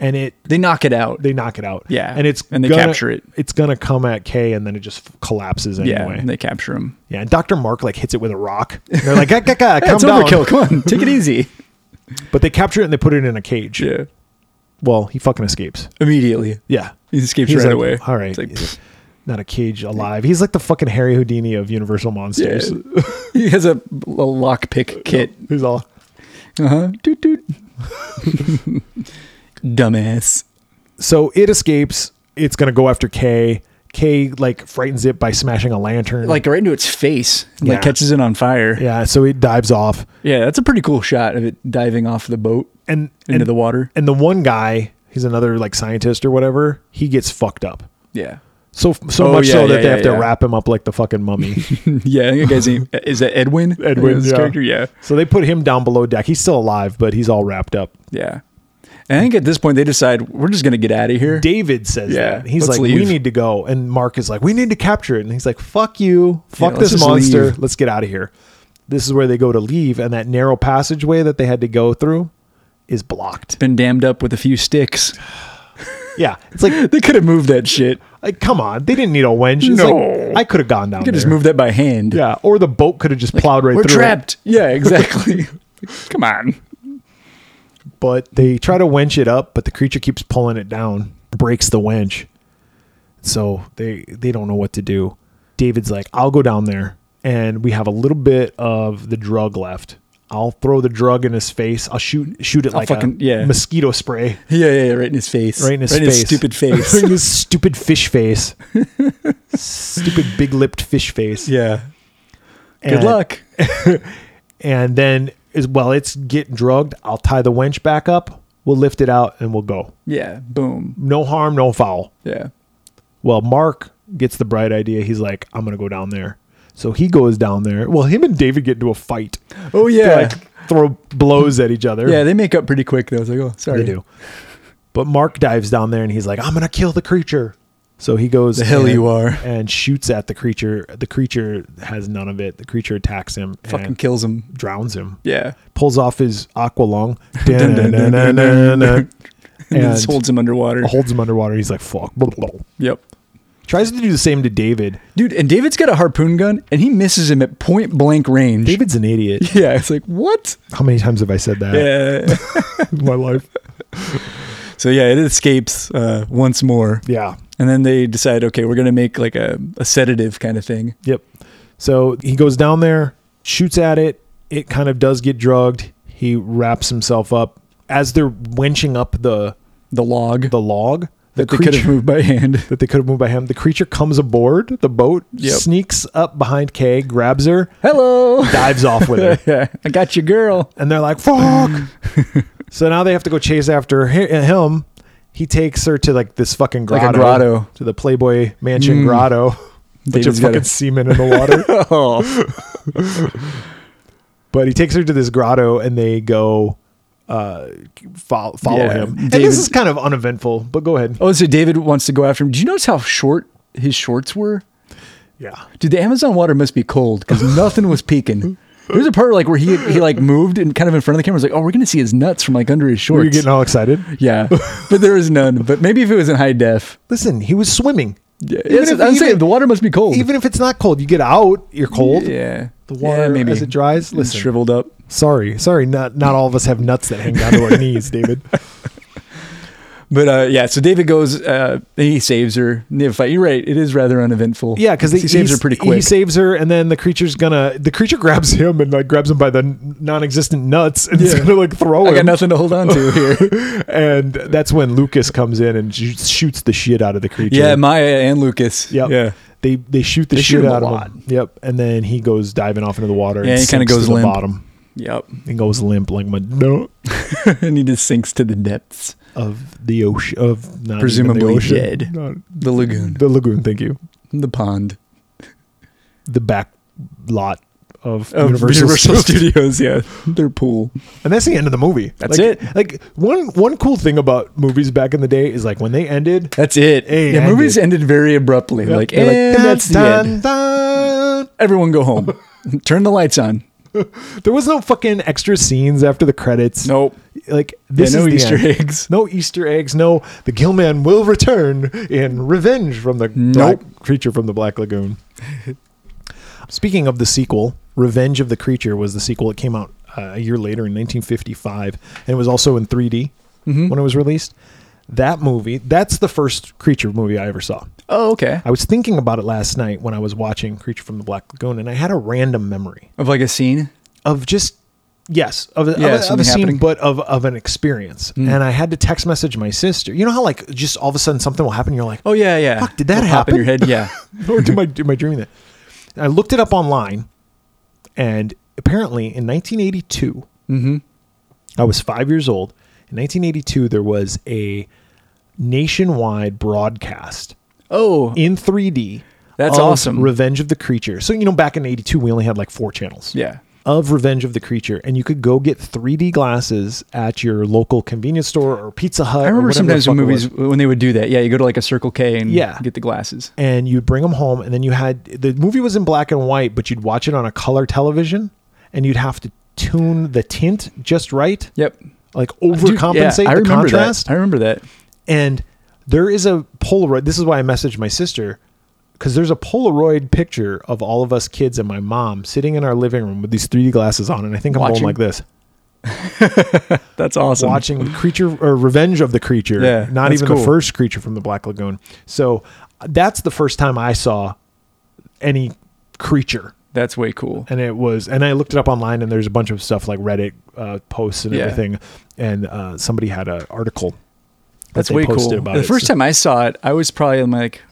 S2: and it
S1: They knock it out.
S2: they knock it out.
S1: Yeah.
S2: and it's
S1: And they
S2: gonna-
S1: capture it.
S2: It's gonna come at Kay, and then it just f- collapses
S1: yeah,
S2: anyway.
S1: and they capture him.
S2: yeah, and Doctor Mark like hits it with a rock. And they're like, "Gah, gah, gah,
S1: <laughs> Yeah,
S2: come
S1: it's
S2: down.
S1: overkill. Come on, <laughs> take it easy.
S2: <laughs> But they capture it and they put it in a cage.
S1: Yeah,
S2: Well, he fucking escapes.
S1: immediately
S2: Yeah.
S1: he escapes
S2: He's
S1: right
S2: like,
S1: away.
S2: All right.
S1: It's like, pfft.
S2: Not a cage alive. He's like the fucking Harry Houdini of Universal Monsters.
S1: Yeah. <laughs> he has a, a lockpick kit.
S2: He's all
S1: Uh huh.
S2: Uh-huh.
S1: Doot doot. <laughs> Dumbass.
S2: so it escapes. It's gonna go after Kay. Kay like frightens it by smashing a lantern.
S1: Like right into its face, like
S2: Yeah.
S1: catches it on fire. Yeah.
S2: yeah, so it dives off.
S1: that's a pretty cool shot of it diving off the boat
S2: And
S1: into
S2: and,
S1: the water.
S2: and the one guy, he's another like scientist or whatever. He gets fucked up.
S1: Yeah,
S2: So so
S1: Oh,
S2: much
S1: yeah,
S2: so that
S1: yeah,
S2: they
S1: yeah,
S2: have
S1: yeah.
S2: to wrap him up like the
S1: <laughs>
S2: fucking mummy.
S1: <laughs> yeah. I think that guy's name <laughs> is that Edwin.
S2: Edwin,
S1: His
S2: yeah.
S1: character. Yeah,
S2: so they put him down below deck. He's still alive, but he's all wrapped up.
S1: yeah. And I think at this point they decide we're just gonna get out of here.
S2: David says
S1: Yeah,
S2: that. He's
S1: let's
S2: like, we
S1: leave.
S2: need to go. And Mark is like, we need to capture it. And he's like, fuck you. Fuck
S1: let's
S2: this
S1: just
S2: monster.
S1: leave.
S2: Let's get out of here. This is where they go to leave. And that narrow passageway that they had to go through is blocked.
S1: Been dammed up with a few sticks. <laughs>
S2: Yeah. It's like,
S1: They could have moved that shit.
S2: like come on. They didn't need a winch. It's
S1: No.
S2: like, I could have gone down
S1: You could
S2: there.
S1: just move that by hand.
S2: Yeah. Or the boat could have just plowed right
S1: We're
S2: through. it.
S1: trapped. Yeah,
S2: <laughs>
S1: exactly. Come on.
S2: But they try to winch it up, but the creature keeps pulling it down, breaks the winch. So they they don't know what to do. David's like, "I'll go down there and we have a little bit of the drug left. I'll throw the drug in his face. I'll shoot shoot it like
S1: fucking-
S2: a
S1: yeah.
S2: mosquito spray
S1: Yeah, yeah, yeah, right in his face.
S2: right in his face. <laughs>
S1: stupid
S2: right
S1: face.
S2: in his stupid
S1: <laughs>
S2: fish face. stupid big-lipped fish face.
S1: yeah. Good
S2: And-
S1: luck.
S2: And then as well it's getting drugged, I'll tie the winch back up. We'll lift it out and we'll go.
S1: Yeah, boom.
S2: No harm, no foul.
S1: Yeah.
S2: Well, Mark gets the bright idea. He's like, I'm going to go down there. So he goes down there. Well, him and David get into a fight.
S1: Oh yeah.
S2: They, like throw blows at each other.
S1: yeah, they make up pretty quick though. It's like, oh, sorry.
S2: they do. But Mark dives down there and he's like, I'm going to kill the creature. So he goes
S1: The hell
S2: and-
S1: you are.
S2: and shoots at the creature. The creature has none of it. The creature attacks him
S1: Fucking
S2: and
S1: kills him.
S2: drowns him.
S1: Yeah.
S2: Pulls off his aqua lung.
S1: <laughs> Dun, dun, dun, dun, dun, <laughs> dun. And
S2: And
S1: just holds him underwater.
S2: holds him underwater. He's like, fuck.
S1: Yep.
S2: Tries to do the same to David.
S1: Dude, and David's got a harpoon gun and he misses him at point blank range.
S2: David's an
S1: <laughs>
S2: idiot.
S1: Yeah, it's like, what?
S2: How many times have I said that
S1: Yeah.
S2: in my life?
S1: <laughs> so yeah, it escapes uh, once more.
S2: Yeah.
S1: And then they decide, okay, we're gonna make like a, a sedative kind of thing.
S2: Yep. So he goes down there, shoots at it. It kind of does get drugged. He wraps himself up as they're winching up the
S1: The log
S2: the log the
S1: that they could have moved by hand.
S2: that they could have moved by him. The creature comes aboard the boat,
S1: Yep.
S2: sneaks up behind Kay, grabs her,
S1: Hello.
S2: dives off with her,
S1: <laughs> yeah, I got your girl.
S2: and they're
S1: <laughs>
S2: like, "Fuck!" so now they have to go chase after hi- uh, him. He takes her to like this fucking
S1: Like
S2: grotto,
S1: a grotto. Mm.
S2: to the Playboy Mansion grotto.
S1: They
S2: bunch of
S1: just
S2: fucking <laughs>
S1: gotta-
S2: semen in the water.
S1: <laughs> oh,
S2: but he takes her to this grotto and they go uh follow, follow
S1: Yeah,
S2: him and
S1: David-
S2: this is kind of uneventful but go ahead
S1: oh, so David wants to go after him. Did you notice how short his shorts were?
S2: yeah
S1: Dude, the Amazon water must be cold
S2: <laughs>
S1: because nothing was peeking. There's a part like where he he like moved and kind of in front of the camera was like, oh, we're gonna see his nuts from like under his
S2: were
S1: shorts.
S2: you getting all excited
S1: yeah, but there was none. But maybe if it was in high def,
S2: listen he was swimming
S1: yeah,
S2: even,
S1: yes,
S2: if,
S1: I'm saying
S2: even,
S1: the water must be cold.
S2: even if it's not cold you get out you're cold
S1: yeah,
S2: the water
S1: yeah, maybe Mm,
S2: as it dries
S1: It's
S2: listen
S1: shriveled up.
S2: sorry sorry not not all of us have nuts that hang down to
S1: <laughs>
S2: our knees david
S1: But uh, yeah, so David goes, uh, he saves her. And They have a fight. You're right. It is rather uneventful.
S2: yeah because
S1: he saves her pretty
S2: he
S1: quick.
S2: saves her and then the creature's gonna the creature <laughs> grabs him and like grabs him by the n- non-existent nuts and it's
S1: Yeah.
S2: gonna like throw
S1: I
S2: him
S1: got nothing to hold on to here.
S2: <laughs> and that's when Lucas comes in and sh- shoots the shit out of the creature.
S1: yeah, Maya and Lucas.
S2: Yep.
S1: Yeah.
S2: they they shoot the
S1: They shoot
S2: shit
S1: him a
S2: out
S1: lot.
S2: of him. Yep, and then he goes diving off into the water.
S1: Yeah,
S2: and
S1: he kinda
S2: sinks
S1: goes
S2: to
S1: limp.
S2: the bottom.
S1: Yep.
S2: He goes limp like my no
S1: <laughs> and he just sinks to the depths.
S2: of the ocean of not
S1: Presumably
S2: even the ocean.
S1: dead.
S2: Not-
S1: The lagoon.
S2: the lagoon. Thank you.
S1: The pond.
S2: The back lot of,
S1: Of
S2: Universal,
S1: Universal, <laughs> Studios. Yeah. Their pool.
S2: and that's the end of the movie.
S1: That's
S2: Like-
S1: it.
S2: Like one one cool thing about movies back in the day is like when they ended.
S1: That's it.
S2: Hey,
S1: yeah,
S2: I
S1: movies
S2: did.
S1: ended very abruptly. Like,
S2: they're
S1: and
S2: dun,
S1: that's the
S2: dun,
S1: end.
S2: dun.
S1: Everyone go
S2: <laughs>
S1: home. Turn the lights on.
S2: There was no fucking extra scenes after the credits.
S1: Nope.
S2: like
S1: Yeah,
S2: this
S1: no
S2: is the
S1: Easter
S2: end.
S1: eggs.
S2: No Easter eggs. No, the Gill Man will return in revenge from the
S1: Nope.
S2: black creature from the Black Lagoon. <laughs> Speaking of the sequel, Revenge of the Creature was the sequel. It came out uh, a year later in 1955, and it was also in 3D
S1: Mm-hmm.
S2: when it was released. That movie, that's the first creature movie I ever saw.
S1: <laughs> Oh, okay.
S2: I was thinking about it last night when I was watching Creature from the Black Lagoon, and I had a random memory
S1: Of like a scene.
S2: of just yes of, a- of
S1: Yeah,
S2: a- of, a
S1: something
S2: scene
S1: happening. Mm.
S2: but of of an experience and i had to text message my sister you know how like just all of a sudden something will happen you're like <laughs>
S1: Oh, yeah, yeah.
S2: Fuck, did that
S1: Will pop in your head?
S2: <laughs>
S1: Yeah.
S2: or do my do my dream that And i looked it up online and apparently in 1982
S1: Mm-hmm.
S2: i was five years old in 1982 there was a nationwide broadcast
S1: Oh,
S2: in 3d
S1: That's
S2: of
S1: awesome.
S2: revenge of the creature so you know back in 82 we only had like four channels
S1: yeah.
S2: of Revenge of the Creature, and you could go get 3D glasses at your local convenience store or Pizza Hut.
S1: I
S2: or
S1: remember
S2: whatever
S1: sometimes
S2: the
S1: when
S2: fuck it
S1: movies
S2: was.
S1: when they would do that. Yeah, you go to like a Circle K and
S2: Yeah.
S1: get the glasses.
S2: and you'd bring them home, and then you had the movie was in black and white, but you'd watch it on a color television, and you'd have to tune the tint just right,
S1: Yep.
S2: like
S1: Uh, Dude,
S2: overcompensate
S1: yeah, I
S2: the
S1: remember
S2: contrast.
S1: That. I remember that.
S2: And there is a Polaroid. This is why I messaged my sister because there's a Polaroid picture of all of us kids and my mom sitting in our living room with these 3D glasses on, and I think I'm going
S1: Watching.
S2: like this.
S1: That's awesome.
S2: watching the creature or revenge of the creature
S1: Yeah,
S2: not
S1: that's
S2: even the
S1: cool.
S2: first creature from the black lagoon so uh, that's the first time i saw any creature
S1: That's way cool.
S2: and it was and i looked it up online and there's a bunch of stuff like reddit uh, posts and
S1: Yeah.
S2: everything and uh, somebody had an article that
S1: That's
S2: they
S1: way
S2: posted
S1: cool.
S2: about
S1: the
S2: it.
S1: first
S2: So-
S1: time I saw it, I was probably in like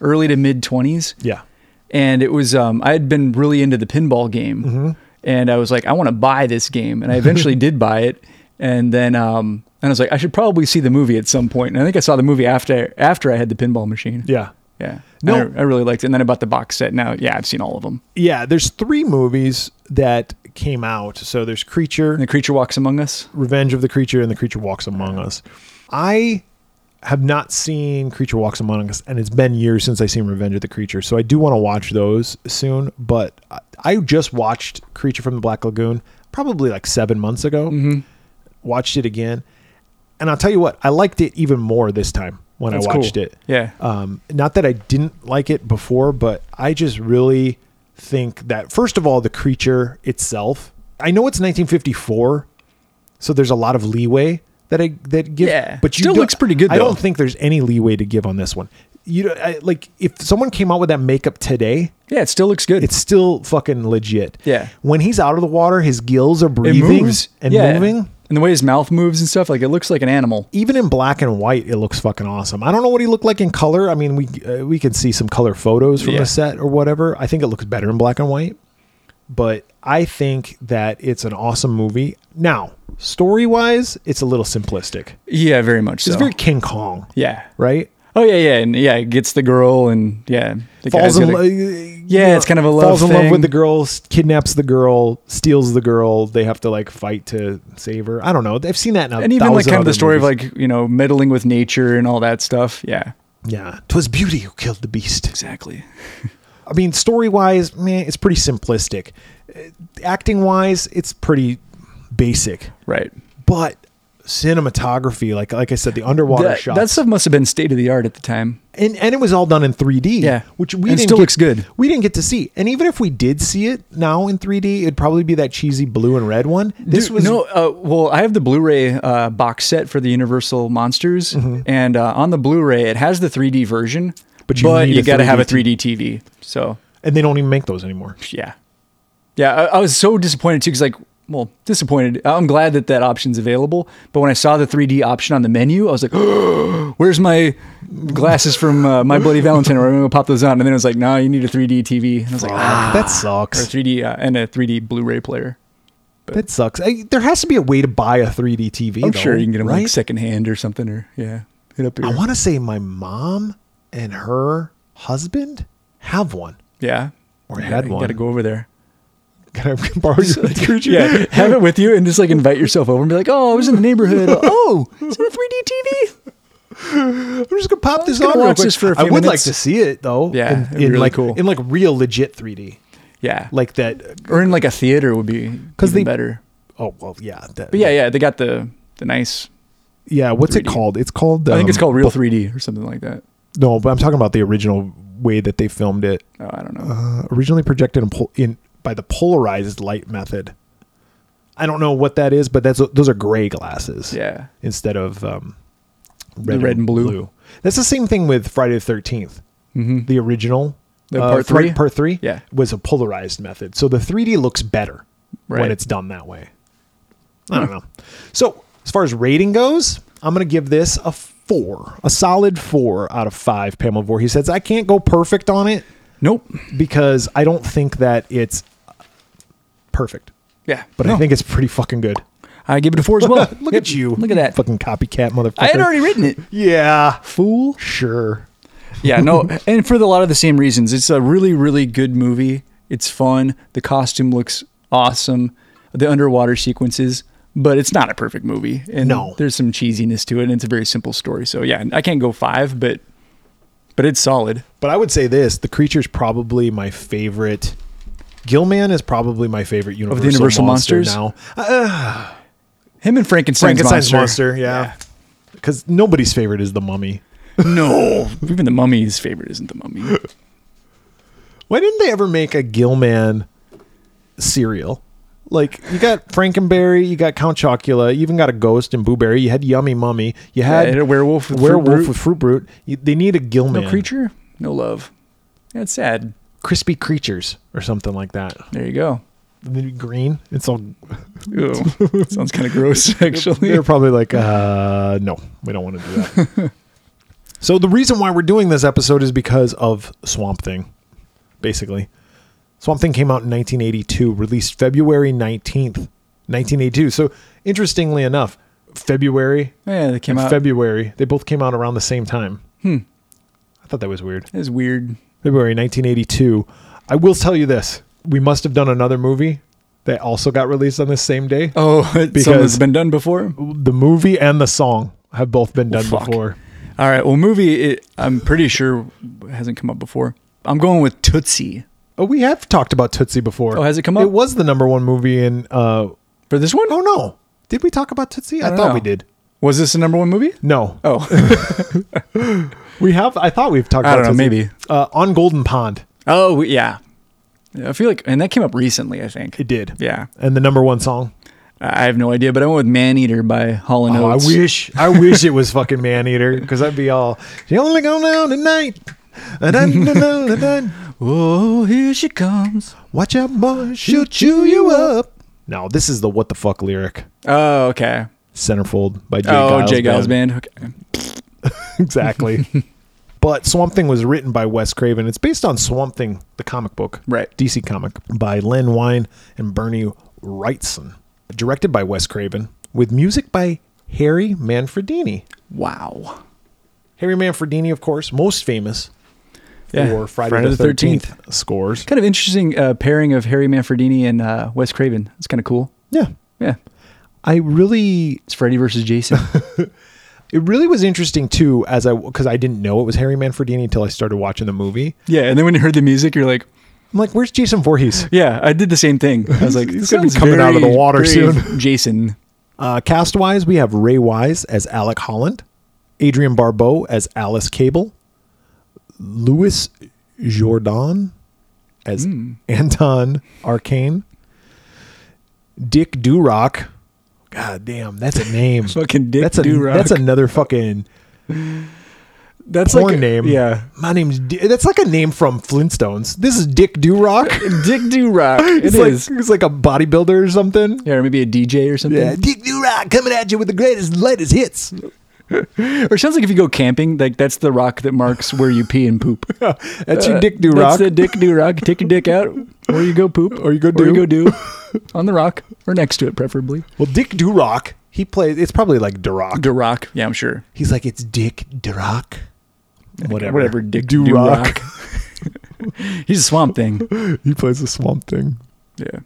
S1: early to mid twenties,
S2: yeah
S1: and it was um, I had been really into the pinball game,
S2: Mm-hmm.
S1: and I was like, I want to buy this game, and I eventually
S2: <laughs>
S1: did buy it, and then um, and I was like, I should probably see the movie at some point, and I think I saw the movie after after I had the pinball machine.
S2: yeah
S1: Yeah.
S2: No.
S1: No. I, I really liked it. And then I bought the box set. Now, yeah, I've seen all of them.
S2: yeah there's three movies that came out so there's creature
S1: And the creature walks among us.
S2: Revenge of the Creature and The Creature Walks Among Us. I have not seen Creature Walks Among Us, and it's been years since I've seen Revenge of the Creature, so I do want to watch those soon. But I- I just watched Creature from the Black Lagoon probably like seven months ago,
S1: Mm-hmm.
S2: watched it again, and I'll tell you what, I liked it even more this time when
S1: That's
S2: I watched
S1: cool.
S2: it.
S1: Yeah.
S2: Um, not that I didn't like it before, but I just really think that first of all, the creature itself. I know it's 1954, so there's a lot of leeway that I that give.
S1: Yeah.
S2: but you
S1: Still
S2: don't-
S1: looks pretty good,
S2: I
S1: though.
S2: don't think there's any leeway to give on this one. You know, I, like if someone came out with that makeup today,
S1: Yeah, it still looks good.
S2: it's still fucking legit.
S1: Yeah.
S2: When he's out of the water, his gills are
S1: it
S2: breathing
S1: moves
S2: and
S1: Yeah.
S2: moving.
S1: And the way his mouth moves and stuff, like it looks like an animal.
S2: even in black and white, it looks fucking awesome. I don't know what he looked like in color. I mean, we uh, we can see some color photos from
S1: Yeah.
S2: the set or whatever. I think it looks better in black and white, but I think that it's an awesome movie. Now, story wise, it's a little simplistic.
S1: Yeah, very much so.
S2: It's very King Kong,
S1: yeah.
S2: right?
S1: Oh yeah, yeah, and yeah, it gets the girl, and yeah, The
S2: falls
S1: guy's
S2: in
S1: gotta-
S2: love.
S1: Yeah, it's kind of a love
S2: falls in love
S1: thing.
S2: with the girl, kidnaps the girl, steals the girl. They have to like fight to save her. I don't know. I've seen that now.
S1: and even like kind of the story of like you know meddling with nature and all that stuff. Yeah,
S2: yeah, 'twas beauty who killed the beast.
S1: exactly.
S2: I mean, story wise, man, it's pretty simplistic. Acting wise, it's pretty basic.
S1: Right.
S2: But cinematography, like like I said, the underwater
S1: That,
S2: shots,
S1: that stuff must have been state of the art at the time.
S2: and and it was all done in 3D.
S1: Yeah.
S2: which we
S1: And it
S2: didn't
S1: still
S2: get-
S1: looks good.
S2: We didn't get to see, and even if we did see it now in 3D, it'd probably be that cheesy blue and red one. This
S1: Dude,
S2: was
S1: no. Uh, well, I have the Blu-ray uh, box set for the Universal Monsters, and uh, on the Blu-ray it has the 3D version,
S2: Mm-hmm. But
S1: but
S2: you
S1: you,
S2: need a
S1: got to have a
S2: 3D
S1: 3D TV. So
S2: and they don't even make those anymore.
S1: yeah, yeah. I, I was so disappointed too because like, well, disappointed. I'm glad that that option's available, but when I saw the 3D option on the menu, I was like, <gasps> where's my glasses from uh, My Bloody Valentine? Or I'm gonna pop those on, and then it was like, no, you need a 3D TV. And I was like, ah,
S2: that
S1: or a
S2: sucks.
S1: 3D uh, and a 3D Blu-ray player.
S2: That sucks. I, there has to be a way to buy a 3D TV.
S1: I'm
S2: though,
S1: sure you can get them like
S2: right?
S1: secondhand or something, or yeah, hit up your
S2: I want to say my mom and her husband have one.
S1: yeah.
S2: Or
S1: You
S2: had
S1: gotta- you
S2: one.
S1: Gotta go over
S2: <laughs>
S1: there.
S2: Can I <laughs>
S1: <laughs>
S2: borrow your Gucci?
S1: Yeah, have it with you and just like invite yourself over and be like, "Oh, I was in the neighborhood. Oh, is it a 3D TV?"
S2: I'm just gonna pop this
S1: gonna
S2: on. real
S1: watch
S2: quick.
S1: this for a
S2: I
S1: few
S2: would like
S1: minutes.
S2: to see it though.
S1: Yeah,
S2: in,
S1: it'd
S2: in
S1: be really
S2: like
S1: cool.
S2: in like real legit 3D,
S1: Yeah,
S2: like that.
S1: or in like a theater would be because
S2: they-
S1: they better.
S2: Oh well, yeah. That,
S1: But yeah, yeah, they got the the nice.
S2: yeah. What's it
S1: 3D.
S2: called? It's called.
S1: I think it's
S2: um,
S1: called Real 3D or something like that.
S2: No, but I'm talking about the original way that they filmed it.
S1: Oh, I don't know.
S2: Uh, originally projected in, pol- in by the polarized light method. I don't know what that is, but that's those are gray glasses.
S1: yeah,
S2: instead of um,
S1: red and blue.
S2: That's the same thing with Friday the Thirteenth. Mm-hmm. The original uh,
S1: The part
S2: Fri-
S1: three?
S2: part three,
S1: Yeah.
S2: was a polarized method, so the 3D looks better when
S1: Right.
S2: it's done that way. I don't know. So as far as rating goes, I'm going to give this a four, a solid four out of five. Pamela Voorhees says I can't go perfect on it
S1: nope.
S2: because I don't think that it's perfect,
S1: Yeah,
S2: but I
S1: No.
S2: think it's pretty fucking good.
S1: I give it a four
S2: <laughs>
S1: as well.
S2: look
S1: Yep.
S2: at you,
S1: Look at that.
S2: fucking copycat motherfucker.
S1: I had already written it.
S2: Yeah.
S1: Fool.
S2: Sure.
S1: yeah,
S2: <laughs>
S1: no, and for the, a lot of the same reasons. It's a really, really good movie. It's fun. The costume looks awesome. The underwater sequences, but it's not a perfect movie. And
S2: No.
S1: there's some cheesiness to it, and it's a very simple story. So yeah, I can't go five, but but it's solid.
S2: But I would say this the creature's probably my favorite. Gilman is probably my favorite Universal,
S1: Universal
S2: monster
S1: monsters?
S2: now.
S1: Him and Frankenstein's,
S2: Frankenstein's
S1: monster.
S2: monster, yeah. Because nobody's favorite is the mummy.
S1: <laughs> no, even the mummy's favorite isn't the mummy.
S2: Why didn't they ever make a Gilman cereal? Like you got Frankenberry, you got Count Chocula, you even got a ghost in Boo Berry. You had Yummy Mummy, you had
S1: and a werewolf with fruit
S2: werewolf
S1: brute.
S2: with fruit brute. You- they need a Gilman
S1: No creature, no love. That's sad.
S2: crispy creatures or something like that.
S1: There you go.
S2: And then green, it's all
S1: Ew. <laughs> Sounds kind of
S2: <laughs>
S1: gross, actually. <laughs>
S2: They're probably like, uh, no, we don't want to do that. so the reason why we're doing this episode is because of Swamp Thing, basically. Swamp Thing came out in 1982, released February 19th, 1982. So interestingly enough, February
S1: Yeah, they came
S2: and
S1: out.
S2: February, they both came out around the same time.
S1: Hmm.
S2: I thought that was weird.
S1: It's weird.
S2: February 1982. I will tell you this: we must have done another movie that also got released on the same day.
S1: Oh, <laughs> because
S2: Because-
S1: something's been done before.
S2: The movie and the song have both been
S1: Well,
S2: done
S1: Oh, fuck.
S2: before.
S1: All right. Well, movie. It, I'm pretty sure hasn't come up before. I'm going with Tootsie
S2: Oh, we have talked about Tootsie before.
S1: Oh, has it come up?
S2: It was the number one movie in. Uh,
S1: for this one.
S2: oh no, did we talk about Tootsie? I,
S1: don't
S2: thought
S1: know.
S2: we did.
S1: Was this the number one movie?
S2: No,
S1: Oh, <laughs>
S2: we have. I thought we've talked.
S1: I
S2: about
S1: don't know,
S2: Tootsie.
S1: maybe.
S2: uh, on Golden Pond.
S1: oh we- yeah. Yeah, I feel like, and that came up recently. I think.
S2: It did.
S1: Yeah,
S2: And the number one song.
S1: I I have no idea, but I went with Man Eater by Hall and
S2: Oh, I
S1: Oates. <laughs>
S2: wish. I wish it was fucking Man Eater because I'd be all. She only gone out tonight. Da-da-da-da-da-da.
S1: Oh, here she comes.
S2: Watch out, boy. She'll chew you up. No, this is the what the fuck lyric.
S1: Oh, okay.
S2: Centerfold by Jay
S1: oh,
S2: Giles
S1: Jay Giles
S2: Band.
S1: band. Okay. <laughs>
S2: exactly. but Swamp Thing was written by Wes Craven. It's based on Swamp Thing, the comic book,
S1: Right.
S2: DC comic by Len Wein and Bernie Wrightson, directed by Wes Craven, with music by Harry Manfredini.
S1: Wow.
S2: Harry Manfredini, of course, most famous
S1: Yeah.
S2: for Friday,
S1: Friday
S2: the
S1: the
S2: 13th,
S1: 13th.
S2: scores.
S1: Kind of interesting uh, pairing of Harry Manfredini and uh, Wes Craven. That's kind of cool.
S2: Yeah.
S1: Yeah.
S2: I really,
S1: It's Freddy versus
S2: <laughs>
S1: Jason.
S2: it really was interesting too, as I, because I didn't know it was Harry Manfredini until I started watching the movie.
S1: yeah. And then when you heard the music, you're like,
S2: I'm like, where's Jason Voorhees?
S1: yeah, I did the same thing. I was
S2: <laughs>
S1: like,
S2: He's
S1: this
S2: gonna be
S1: sounds
S2: coming out of the
S1: very-
S2: water
S1: very
S2: <laughs> soon.
S1: Jason.
S2: Uh, cast wise, we have Ray Wise as Alec Holland, Adrian Barbeau as Alice Cable, Louis Jordan as
S1: Hmm.
S2: Anton Arcane, Dick Durock. God damn, that's
S1: <laughs>
S2: a name.
S1: Fucking Dick
S2: that's a,
S1: Durock.
S2: That's another fucking
S1: That's
S2: porn
S1: like a,
S2: name.
S1: Yeah. <laughs>
S2: my name's. Di- that's like a name from Flintstones. This is
S1: <laughs>
S2: Dick Durock.
S1: Dick Durock. It
S2: <laughs> It's
S1: is.
S2: like it's like a bodybuilder or something.
S1: yeah, or maybe a DJ or something.
S2: Yeah, Dick Durock coming at you with the greatest, latest hits. <laughs>
S1: Or it sounds like if you go camping, like that's the rock that marks where you pee and poop.
S2: That's your
S1: Uh,
S2: Dick Durock.
S1: That's the Dick Durock. Take your dick out, or you go poop,
S2: Or you go
S1: or you go
S2: do.
S1: do <laughs> on the rock or next to it, preferably.
S2: Well, Dick Durock, he plays. It's probably like Durock.
S1: Durock. Yeah, I'm sure.
S2: He's like, it's Dick Durock. Whatever,
S1: Whatever. Dick
S2: Durock.
S1: Durock. <laughs> He's a swamp thing.
S2: <laughs> he plays the Swamp Thing,
S1: Yeah.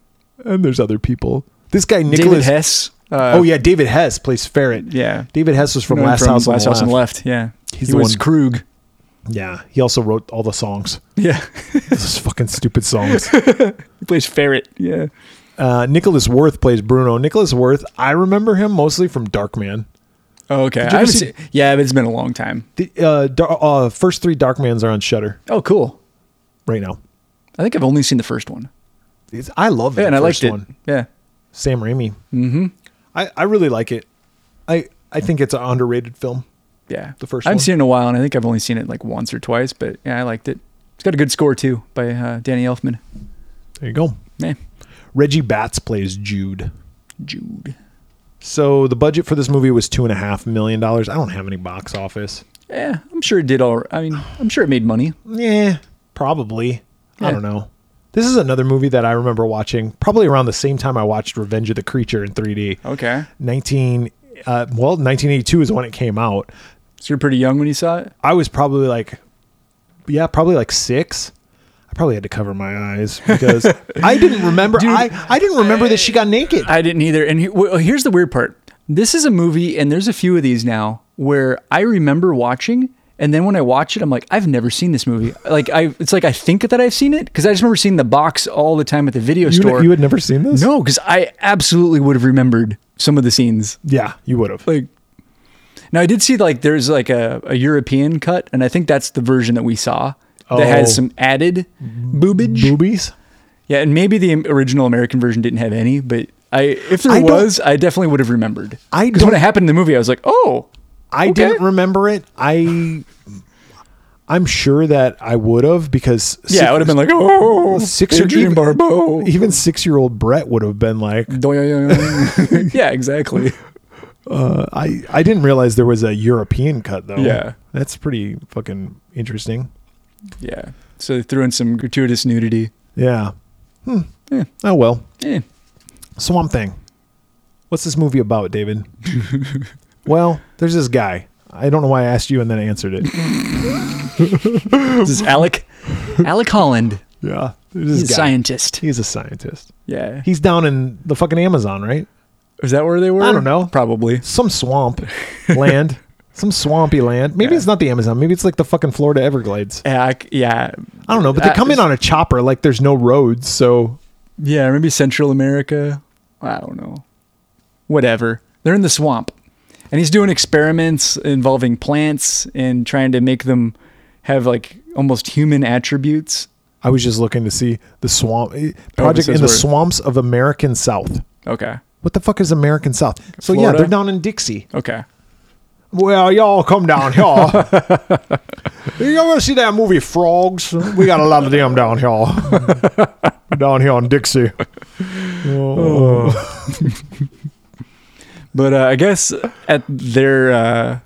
S2: and there's other people. This guy
S1: David
S2: Nicholas.
S1: Hess. Uh,
S2: Oh yeah, David Hess plays Ferret.
S1: Yeah.
S2: David Hess was from
S1: known
S2: Last House on
S1: Last
S2: the
S1: House on the
S2: Left.
S1: Left. Yeah.
S2: He's
S1: he
S2: the
S1: was
S2: one-
S1: Krug.
S2: Yeah, he also wrote all the songs.
S1: <laughs> Yeah.
S2: Those <laughs> fucking stupid songs.
S1: he plays Ferret. Yeah.
S2: Uh, Nicholas Worth plays Bruno. Nicholas Worth, I remember him mostly from Darkman.
S1: Oh, okay.
S2: you
S1: I
S2: ever
S1: haven't
S2: see-
S1: seen- yeah, but it's been a long time.
S2: The uh, dar- uh, first three Darkmans are on Shutter
S1: Oh, cool.
S2: right now.
S1: I think I've only seen the first one.
S2: It's, I love that
S1: Yeah, and I liked
S2: first
S1: it.
S2: one.
S1: Yeah.
S2: Sam Raimi. Mm-hmm. I, I really like it. I I think it's an underrated film.
S1: Yeah.
S2: The first
S1: I
S2: one?
S1: haven't seen it in a while, and I think I've only seen it like once or twice, but yeah, I liked it. It's got a good score too by uh, Danny Elfman.
S2: There you go.
S1: Man,
S2: Reggie Batts plays Jude.
S1: Jude.
S2: So the budget for this movie was two and a half million dollars. I don't have any box office.
S1: Yeah, I'm sure it did all. I mean, I'm sure it made money.
S2: Yeah, probably. I
S1: Yeah.
S2: don't know. This is another movie that I remember watching probably around the same time I watched Revenge of the Creature in 3D.
S1: Okay,
S2: 19 uh, well, 1982 is when it came out.
S1: so you're pretty young when you saw it.
S2: I was probably like, yeah, probably like six. I probably had to cover my eyes
S1: <laughs>
S2: because I didn't remember. I, I didn't remember that she got naked.
S1: I didn't either. And he, well, here's the weird part: this is a movie, and there's a few of these now where I remember watching, and then when I watch it, I'm like, I've never seen this movie. Like, I it's like I think that I've seen it because I just remember seeing the box all the time at the video store.
S2: had never seen this?
S1: no, because I absolutely would have remembered some of the scenes.
S2: Yeah, you would have.
S1: like now i did see like there's like a, a european cut and i think that's the version that we saw that
S2: Oh. Mm-hmm.
S1: has some added boobage
S2: Boobies?
S1: yeah and maybe the original american version didn't have any but i if there
S2: I don't-
S1: was i definitely would have remembered
S2: I
S1: 'Cause when
S2: don't-
S1: it happened in the movie i was like oh
S2: I
S1: Okay.
S2: didn't remember it. I I'm sure that I would have because
S1: yeah i would have been like oh
S2: six or
S1: Adrian
S2: even,
S1: barbeau
S2: <laughs> even six year old Brett would have been like
S1: <laughs> yeah exactly
S2: I I didn't realize there was a European cut though.
S1: Yeah.
S2: that's pretty fucking interesting.
S1: yeah so they threw in some gratuitous nudity
S2: Yeah. Hmm.
S1: Yeah.
S2: Oh well.
S1: eh.
S2: Swamp Thing. What's this movie about,
S1: <laughs>
S2: David? well, there's this guy. I don't know why I asked you and then I answered it.
S1: this is alec alec holland
S2: yeah. There's this
S1: he's a
S2: guy.
S1: scientist
S2: He's a scientist.
S1: yeah
S2: He's down in the fucking Amazon, right?
S1: Is that where they were?
S2: I don't know.
S1: Probably. <laughs>
S2: Some swamp land. Some swampy land. Maybe
S1: Yeah.
S2: it's not the Amazon. Maybe it's like the fucking Florida Everglades.
S1: Yeah, I c- yeah,
S2: I don't know, but they
S1: Uh,
S2: come in on a chopper like there's no roads, so
S1: yeah. Maybe Central America. I don't know. Whatever. They're in the swamp, and he's doing experiments involving plants and trying to make them have like almost human attributes.
S2: I was just looking to see the swamp eh,
S1: Oh,
S2: project
S1: this is
S2: in the
S1: where-
S2: swamps of American South.
S1: Okay.
S2: What the fuck is American South? So yeah,
S1: Florida?
S2: they're down in Dixie.
S1: Okay.
S2: Well, y'all come
S1: <laughs>
S2: down here. you ever see that movie Frogs? We got a lot of them down here.
S1: <laughs>
S2: down here on Dixie.
S1: Oh. But uh, I guess at their uh,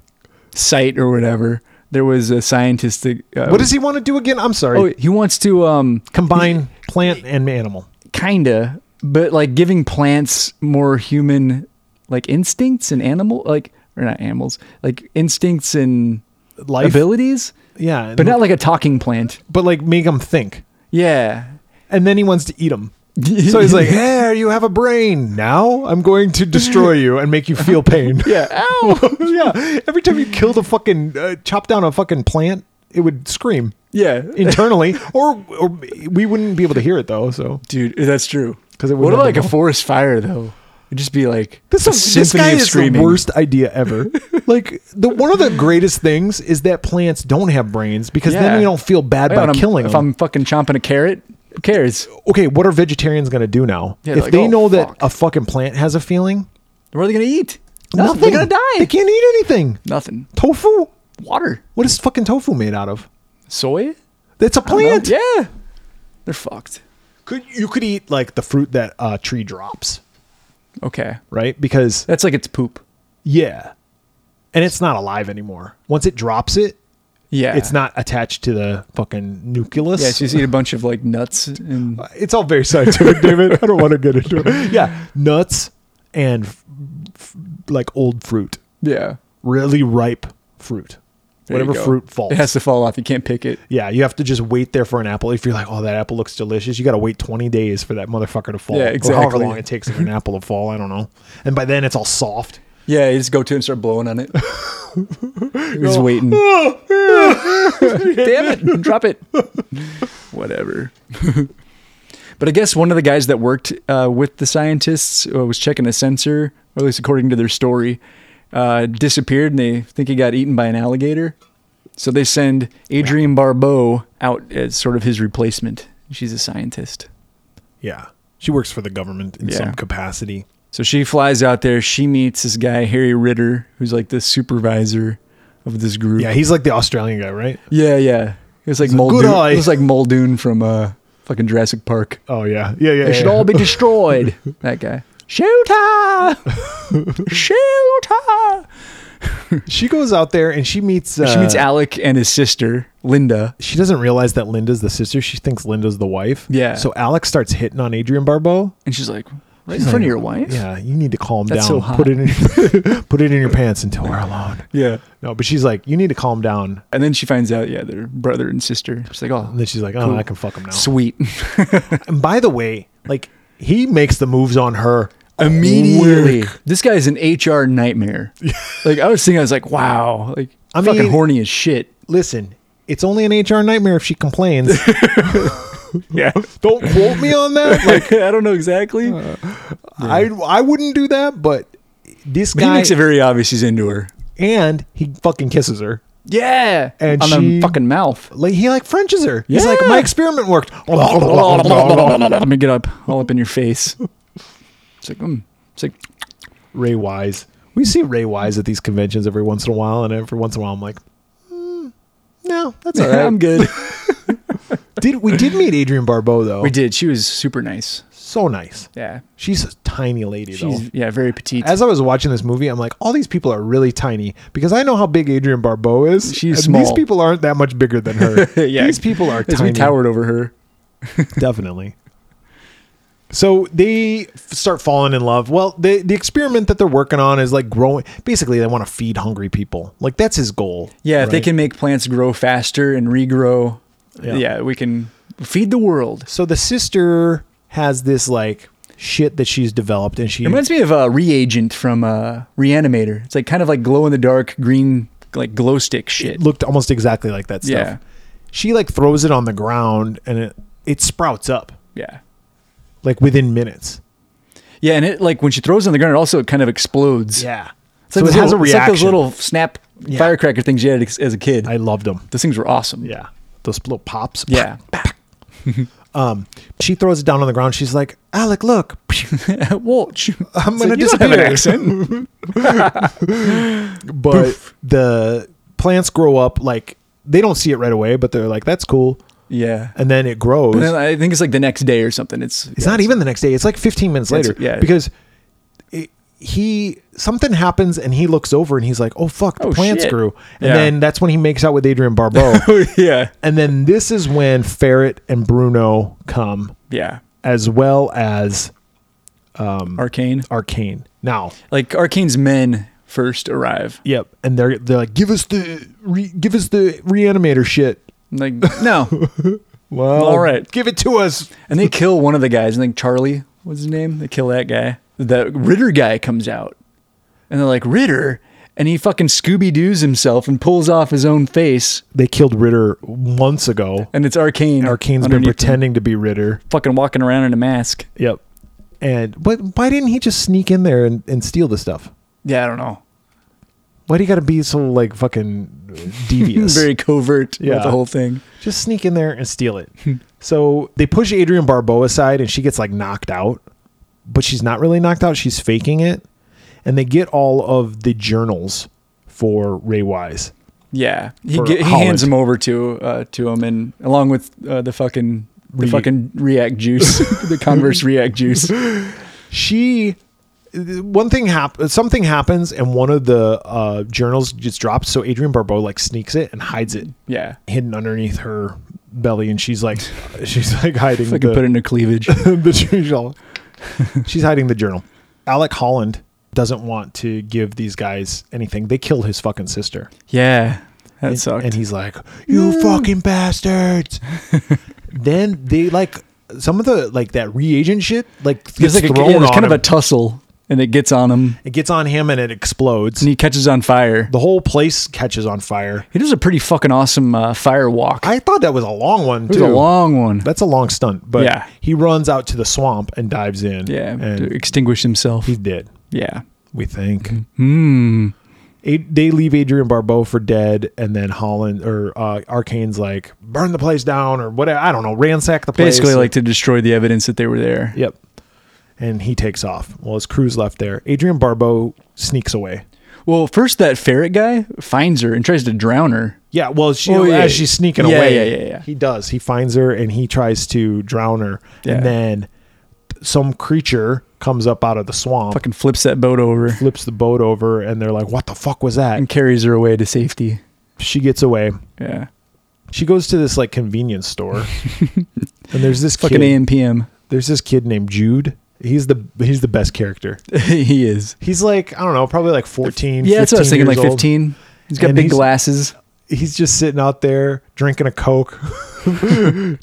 S1: site or whatever, there was a scientist that. Uh,
S2: What does he want to do again? I'm sorry.
S1: Oh, he wants to um,
S2: Combine plant and animal.
S1: kinda, but like giving plants more human like instincts and animal like or not animals like instincts and
S2: Life.
S1: abilities.
S2: Yeah, and-
S1: but not like a talking plant.
S2: but like make them think,
S1: Yeah.
S2: and then he wants to
S1: <laughs>
S2: eat them. So he's like, "There, you have a brain. Now I'm going to destroy you and make you feel pain."
S1: <laughs> yeah, ow.
S2: <laughs> yeah. Every time you killed a fucking uh, chop down a fucking plant, it would scream
S1: yeah. <laughs>
S2: internally, or, or we wouldn't be able to hear it though. So
S1: Dude, that's true.
S2: 'Cause it
S1: what
S2: wouldn't
S1: about like
S2: have
S1: a
S2: the-
S1: forest fire though? It'd just be like
S2: this,
S1: a
S2: is, this
S1: symphony
S2: guy
S1: of
S2: is the
S1: screaming.
S2: worst idea
S1: <laughs>
S2: ever. like the one of the greatest things is that plants don't have brains because
S1: Yeah.
S2: then you don't feel bad
S1: Yeah,
S2: about
S1: when I'm-
S2: killing
S1: If
S2: them.
S1: I'm fucking chomping a carrot, who cares?
S2: okay, what are vegetarians going to do now?
S1: Yeah,
S2: if
S1: like,
S2: they
S1: oh,
S2: know
S1: fuck.
S2: that a fucking plant has a feeling,
S1: What are they gonna eat?
S2: nothing.
S1: They're gonna die.
S2: They can't eat anything.
S1: Nothing.
S2: Tofu?
S1: Water.
S2: What is fucking tofu made out of?
S1: Soy?
S2: That's a
S1: I don't know.
S2: plant.
S1: Yeah. They're fucked.
S2: Could you could eat like the fruit that a tree drops,
S1: Okay.
S2: right? Because
S1: That's like its poop.
S2: yeah. And it's not alive anymore. Once it drops it,
S1: Yeah.
S2: it's not attached to the fucking nucleus.
S1: Yeah, e- so you just eat a bunch of like nuts and
S2: it's all very scientific, David. I don't want to get into
S1: <laughs>
S2: it. Yeah, nuts and f- f- like old fruit,
S1: yeah.
S2: really ripe fruit,
S1: There you
S2: whatever
S1: go.
S2: fruit falls.
S1: It has to fall off. You can't pick it.
S2: yeah, you have to just wait there for an apple. If you're like, oh, that apple looks delicious, you got to wait 20 days for that motherfucker to fall.
S1: Yeah,
S2: Or however
S1: exactly.
S2: long it takes for an apple to fall. I don't know. And by then it's all soft.
S1: Yeah, you just go to it and start blowing on it. You're just waiting. Damn it. Drop it. Whatever. <laughs> but I guess one of the guys that worked uh, with the scientists uh, was checking a sensor, or at least according to their story, uh, disappeared and they think he got eaten by an alligator. So they send Adrienne Barbeau out as sort of his replacement. She's a scientist.
S2: Yeah. She works for the government in
S1: Yeah.
S2: some capacity.
S1: So she flies out there. She meets this guy, Harry Ritter, who's like the supervisor of this group.
S2: Yeah, he's like the Australian guy, right?
S1: Yeah, yeah. It was like
S2: a good eye.
S1: Muldoon. It was like Muldoon from uh, fucking Jurassic Park.
S2: Oh, yeah. Yeah, yeah.
S1: They should
S2: yeah.
S1: all be destroyed. <laughs> that guy. Shoot <laughs> her! Shoot her!
S2: she goes out there and she meets. Uh,
S1: she meets Alec and his sister, Linda.
S2: she doesn't realize that Linda's the sister. She thinks Linda's the wife.
S1: Yeah.
S2: So Alex starts hitting on Adrian Barbeau.
S1: And she's like, right in front of your wife?
S2: Yeah, you need to calm
S1: That's so
S2: down.
S1: hot.
S2: Put it in put it in your <laughs> pants until we're alone.
S1: Yeah.
S2: No, but she's like, you need to calm down.
S1: And then she finds out, yeah, they're brother and sister. She's like,
S2: And
S1: oh,
S2: then she's like, oh,
S1: Cool.
S2: I can fuck him now.
S1: sweet.
S2: and by the way, like he makes the moves on her
S1: Immediately.
S2: quick.
S1: This guy is an HR
S2: <laughs>
S1: nightmare. like, I was thinking, I was like, wow. Like,
S2: I
S1: fucking
S2: mean-
S1: horny as shit.
S2: Listen, it's only an HR nightmare if
S1: <laughs>
S2: she complains.
S1: Yeah.
S2: Don't quote me on that.
S1: like, <laughs>
S2: Like
S1: I don't know exactly.
S2: Uh, I I wouldn't do that, but this
S1: But he
S2: guy
S1: makes it very obvious he's into her.
S2: and he fucking kisses her.
S1: Yeah,
S2: And
S1: on
S2: she-
S1: the fucking
S2: <laughs>
S1: mouth.
S2: Like he like Frenches her. He's like,
S1: Yeah.
S2: my experiment
S1: <laughs>
S2: worked.
S1: Let me get up, all up in your face. It's like, mm. it's like,
S2: Ray Wise. We see Ray Wise at these conventions every once in a while, and every once in a while, I'm like, "Mm, no, that's
S1: <laughs>
S2: all
S1: I'm
S2: right. <laughs>
S1: good.
S2: did we did meet Adrian Barbeau though?
S1: we did. She was super nice.
S2: So nice.
S1: Yeah,
S2: She's a tiny lady
S1: she's
S2: though.
S1: yeah very petite.
S2: As I was watching this movie, I'm like, all these people are really tiny because I know how big Adrian Barbeau is.
S1: She's
S2: and These
S1: small.
S2: people aren't that much bigger than her.
S1: <laughs> Yeah.
S2: These people are
S1: As
S2: tiny.
S1: we towered over her.
S2: Definitely. So they f- start falling in love. Well, the the experiment that they're working on is like growing. Basically, they want to feed hungry people. Like that's his goal.
S1: Yeah, if they
S2: right?
S1: can make plants grow faster and regrow,
S2: Yeah.
S1: yeah, we can feed the world.
S2: So the sister has this like shit that she's developed, and she
S1: It reminds me of a reagent from uh, Reanimator. It's like kind of like glow in the dark green like glow stick shit.
S2: it looked almost exactly like that stuff.
S1: Yeah.
S2: She like throws it on the ground, and it it sprouts up
S1: Yeah.
S2: like within minutes.
S1: Yeah, and it like when she throws it on the ground, it also kind of explodes.
S2: Yeah.
S1: It's like,
S2: so
S1: those
S2: it has a
S1: little- it's
S2: reaction.
S1: like those little snap firecracker things you had ex- as a kid.
S2: I loved them.
S1: those things were awesome.
S2: Yeah. Those little pops.
S1: Yeah. <laughs>
S2: Um, she throws it down on the ground. She's like, Alec, look. <laughs>
S1: Watch.
S2: I'm
S1: It's
S2: gonna
S1: like, you don't have an
S2: disappear.
S1: accent.
S2: <laughs> But the plants grow up like they don't see it right away, but they're like, that's cool.
S1: yeah.
S2: And then it grows.
S1: And then I think it's like the next day or something. It's
S2: it's not even the next day. It's like 15 minutes
S1: It's-
S2: later.
S1: yeah.
S2: Because it, he something happens and he looks over and he's like, "Oh fuck, the
S1: Oh,
S2: plants
S1: shit.
S2: grew." And
S1: Yeah.
S2: then that's when he makes out with Adrian Barbeau.
S1: <laughs> yeah.
S2: and then this is when Ferret and Bruno come,
S1: Yeah.
S2: as well as
S1: Arcane.
S2: Arcane. Now,
S1: Like Arcane's men first arrive.
S2: Yep. And they're they're like, give us the re, give us the reanimator shit.
S1: Like
S2: <laughs>
S1: no,
S2: Well,
S1: All right.
S2: give it to us.
S1: and they kill one of the guys. I think Charlie was his name. They kill that guy. The Ritter guy comes out, and they're like Ritter, and he fucking Scooby Doo's himself and pulls off his own face,
S2: They killed Ritter months ago.
S1: and it's Arcane.
S2: Arcane's been
S1: underneath him,
S2: pretending to be Ritter.
S1: fucking walking around in a mask.
S2: Yep. And but why didn't he just sneak in there and, and steal the stuff?
S1: Yeah, I don't know.
S2: Why do you got to be so like fucking
S1: <laughs>
S2: devious?
S1: Very covert yeah.
S2: Yeah.
S1: the whole thing.
S2: just sneak in there and steal it. <laughs> so they push Adrian Barbeau aside and she gets like knocked out, but she's not really knocked out. She's faking it. And they get all of the journals for Ray Wise.
S1: Yeah, he
S2: For
S1: ge- he
S2: Holland.
S1: hands him over to uh, to him, and along with uh, the fucking the
S2: Re-
S1: fucking React juice, <laughs> the Converse React
S2: <laughs>
S1: juice.
S2: She, one thing happens, something happens, and one of the uh, journals just drops. So Adrian Barbeau like sneaks it and hides it
S1: Yeah,
S2: hidden underneath her belly, and
S1: <laughs>
S2: she's like, she's like hiding.
S1: if I could
S2: the-
S1: put it in a cleavage.
S2: <laughs> the journal. She's hiding the journal. Alec Holland doesn't want to give these guys anything. They killed his fucking sister.
S1: Yeah, that
S2: And,
S1: sucked. Mm.
S2: and he's like, "You
S1: <laughs>
S2: fucking bastards." then they like some of the like that reagent shit like gets
S1: There's like a,
S2: thrown
S1: yeah, there's
S2: on
S1: kind of
S2: him.
S1: a tussle, and it gets on him,
S2: it gets on him and it explodes.
S1: and he catches on fire.
S2: The whole place catches on fire.
S1: He does a pretty fucking awesome uh, fire walk.
S2: I thought that was a long one
S1: It
S2: too.
S1: was a long one.
S2: That's a long stunt, but
S1: Yeah.
S2: he runs out to the swamp and dives in.
S1: yeah, to
S2: and
S1: extinguish himself.
S2: he's dead.
S1: yeah.
S2: We think.
S1: Hmm.
S2: Ad- they leave Adrian Barbeau for dead, and then Holland or uh, Arcane's like burn the place down or whatever. I don't know, ransack the place.
S1: Basically, like to destroy the evidence that they were there.
S2: yep. And he takes off. Well, his crew's left there. Adrian Barbeau sneaks away.
S1: Well, first that ferret guy finds her and tries to drown her.
S2: Yeah, well, she,
S1: Oh, yeah.
S2: as she's sneaking
S1: Yeah,
S2: away,
S1: yeah, yeah, yeah.
S2: he does. He finds her and he tries to drown her,
S1: Yeah.
S2: and then some creature comes up out of the swamp,
S1: Fucking flips that boat over
S2: flips the boat over, and they're like, "What the fuck was that?"
S1: and carries her away to safety.
S2: she gets away.
S1: Yeah.
S2: She goes to this like convenience store,
S1: <laughs>
S2: and there's this
S1: Fucking
S2: kid.
S1: AMPM.
S2: there's this kid named Jude. He's the he's the best character.
S1: <laughs> he is.
S2: He's like I don't know, probably like 14.
S1: Yeah, that's what I was thinking. Like
S2: years old.
S1: 15. He's got
S2: And
S1: big
S2: he's-
S1: glasses.
S2: He's just sitting out there drinking a coke, <laughs>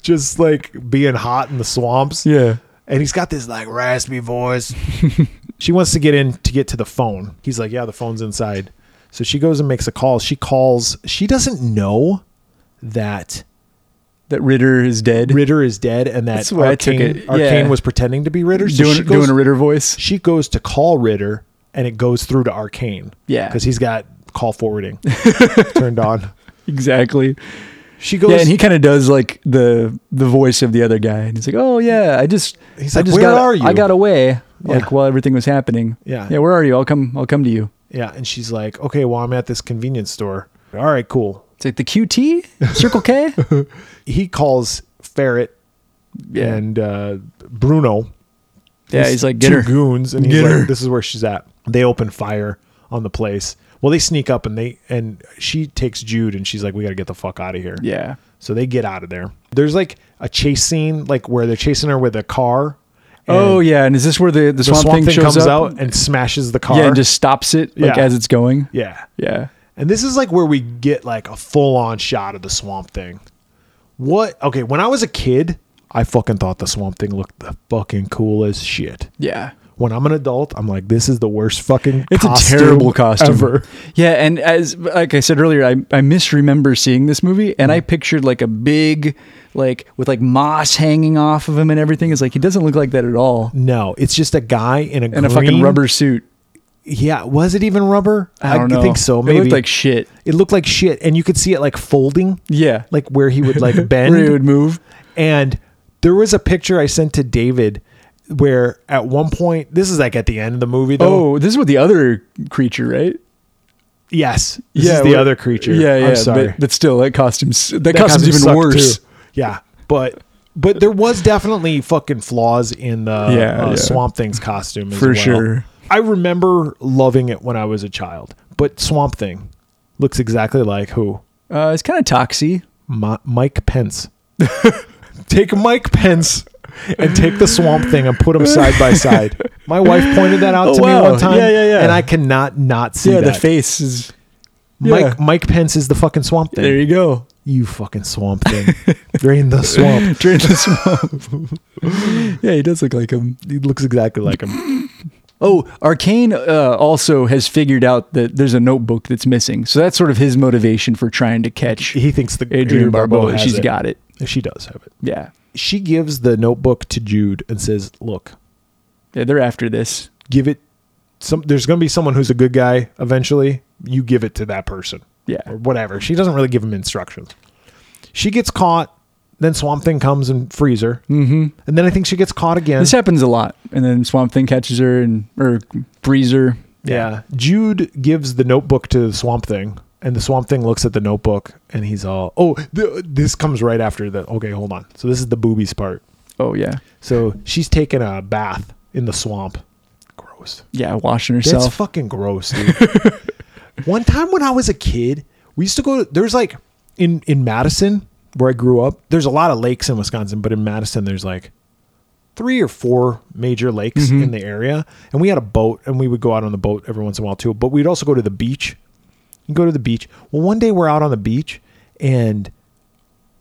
S2: just like being hot in the swamps.
S1: Yeah.
S2: And he's got this like raspy voice. <laughs> she wants to get in to get to the phone. He's like, yeah, the phone's inside. So she goes and makes a call. She calls. She doesn't know that
S1: That Ritter is dead.
S2: Ritter is dead and that
S1: That's the way I took it.
S2: Arcane,
S1: Yeah.
S2: Arcane was pretending to be Ritter. So
S1: doing
S2: she goes-
S1: doing a Ritter voice.
S2: she goes to call Ritter and it goes through to Arcane.
S1: Yeah.
S2: Because he's got
S1: <laughs>
S2: call forwarding turned on.
S1: Exactly.
S2: She goes,
S1: Yeah, and he kind of does like the the voice of the other guy, and he's like, "Oh yeah, I just,
S2: He's
S1: I
S2: like,
S1: just
S2: "Where
S1: got,
S2: are you?"
S1: I got away, like while everything was happening.
S2: Yeah.
S1: yeah. Where are you? I'll come. I'll come to you.
S2: yeah. And she's like, okay, well, I'm at this convenience store. All right, cool.
S1: It's like the QT, Circle <laughs> K.
S2: He calls Ferret
S1: yeah,
S2: and uh, Bruno.
S1: yeah.
S2: these
S1: He's like, get
S2: two
S1: her.
S2: goons, and he's
S1: Get
S2: like,
S1: her.
S2: this is where she's at. They open fire on the place. Well, they sneak up and they and she takes Jude and she's like, we got to get the fuck out of here.
S1: Yeah,
S2: So they get out of there. There's like a chase scene, like where they're chasing her with a car. and-
S1: Oh yeah, and is this where the, the,
S2: the
S1: swamp, thing, shows
S2: comes
S1: up?
S2: out and smashes the car.
S1: Yeah, and just stops it like
S2: Yeah.
S1: as it's going.
S2: yeah.
S1: Yeah,
S2: And this is like where we get like a full on shot of the swamp thing. What? Okay, when I was a kid, I fucking thought the swamp thing looked the fucking coolest shit.
S1: yeah.
S2: When I'm an adult, I'm like, this is the worst fucking.
S1: It's a
S2: costume
S1: terrible costume.
S2: ever.
S1: Yeah, and as like I said earlier, I, I misremember seeing this movie, and I
S2: Mm.
S1: pictured like a big, like with like moss hanging off of him and everything. It's like he doesn't look like that at all,
S2: No, it's just a guy in a
S1: and a fucking
S2: green-
S1: rubber suit.
S2: Yeah, was it even rubber?
S1: I don't know.
S2: think so. Maybe
S1: It looked like shit.
S2: it looked like shit, and you could see it like folding,
S1: Yeah,
S2: like where he
S1: <laughs>
S2: would like bend.
S1: where he would move.
S2: And there was a picture I sent to David where at one point, this is like at the end of the movie though.
S1: Oh, this is with the other creature, right?
S2: yes. This is the
S1: where-
S2: other creature.
S1: Yeah, yeah.
S2: I'm sorry.
S1: But, but still, that costume's that,
S2: That
S1: costume's
S2: costume
S1: even
S2: sucked,
S1: worse.
S2: too. Yeah. But but there was definitely fucking flaws in the
S1: Yeah,
S2: uh,
S1: yeah.
S2: Swamp Thing's costume as
S1: For
S2: well.
S1: sure.
S2: I remember loving it when I was a child, but Swamp Thing looks exactly like who?
S1: Uh, it's kind of toxy.
S2: <laughs> Mi- Mike Pence. Take Mike Pence and take the swamp thing and put them side by side. My wife pointed that out
S1: Oh,
S2: to
S1: wow.
S2: me one time.
S1: Yeah, yeah, yeah.
S2: And I cannot not see
S1: yeah,
S2: that.
S1: the face is.
S2: Mike
S1: yeah.
S2: Mike Pence is the fucking swamp thing.
S1: There you go.
S2: you fucking swamp thing.
S1: <laughs>
S2: Drain the swamp.
S1: Drain the
S2: <laughs>
S1: swamp. yeah, he does look like him.
S2: He looks exactly like him.
S1: Oh, Arcane uh, also has figured out that there's a notebook that's missing. So that's sort of his motivation for trying to catch
S2: He thinks the
S1: Adrian Barbeau.
S2: has
S1: She's
S2: it.
S1: got it.
S2: She does have it.
S1: Yeah.
S2: She gives the notebook to Jude and says, "Look,
S1: Yeah, they're after this.
S2: give it some there's going to be someone who's a good guy eventually you give it to that person
S1: Yeah.
S2: or whatever she doesn't really give him instructions she gets caught then swamp thing comes and frees her mm-hmm. and then i think she gets caught again
S1: This happens a lot. And then Swamp Thing catches her and or frees her.
S2: yeah jude gives the notebook to the swamp thing and the swamp thing looks at the notebook and he's all oh th- this comes right after the okay hold on so this is the boobies part
S1: Oh yeah.
S2: so she's taking a bath in the swamp gross
S1: Yeah, washing
S2: That's
S1: herself.
S2: fucking gross, dude.
S1: <laughs>
S2: One time when I was a kid, we used to go. There's like in in Madison where I grew up. There's a lot of lakes in Wisconsin, but in Madison there's like three or four major lakes
S1: Mm-hmm.
S2: in the area, and we had a boat, and we would go out on the boat every once in a while too. But we'd also go to the beach. You go to the beach. Well, one day we're out on the beach, and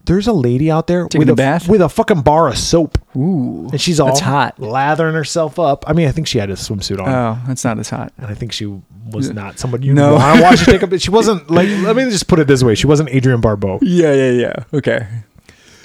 S2: there's a lady out there
S1: Taking
S2: with
S1: a
S2: a
S1: bath?
S2: with a fucking bar of soap,
S1: Ooh.
S2: and she's all
S1: That's hot.
S2: lathering herself up. I mean, I think she had a swimsuit on
S1: Oh, that's not as hot.
S2: and I think she was not someone you
S1: No.
S2: know.
S1: <laughs>
S2: I watched her take up. She wasn't like. Let me just put it this way: she wasn't
S1: <laughs>
S2: Adrian Barbeau.
S1: Yeah, yeah, yeah. Okay.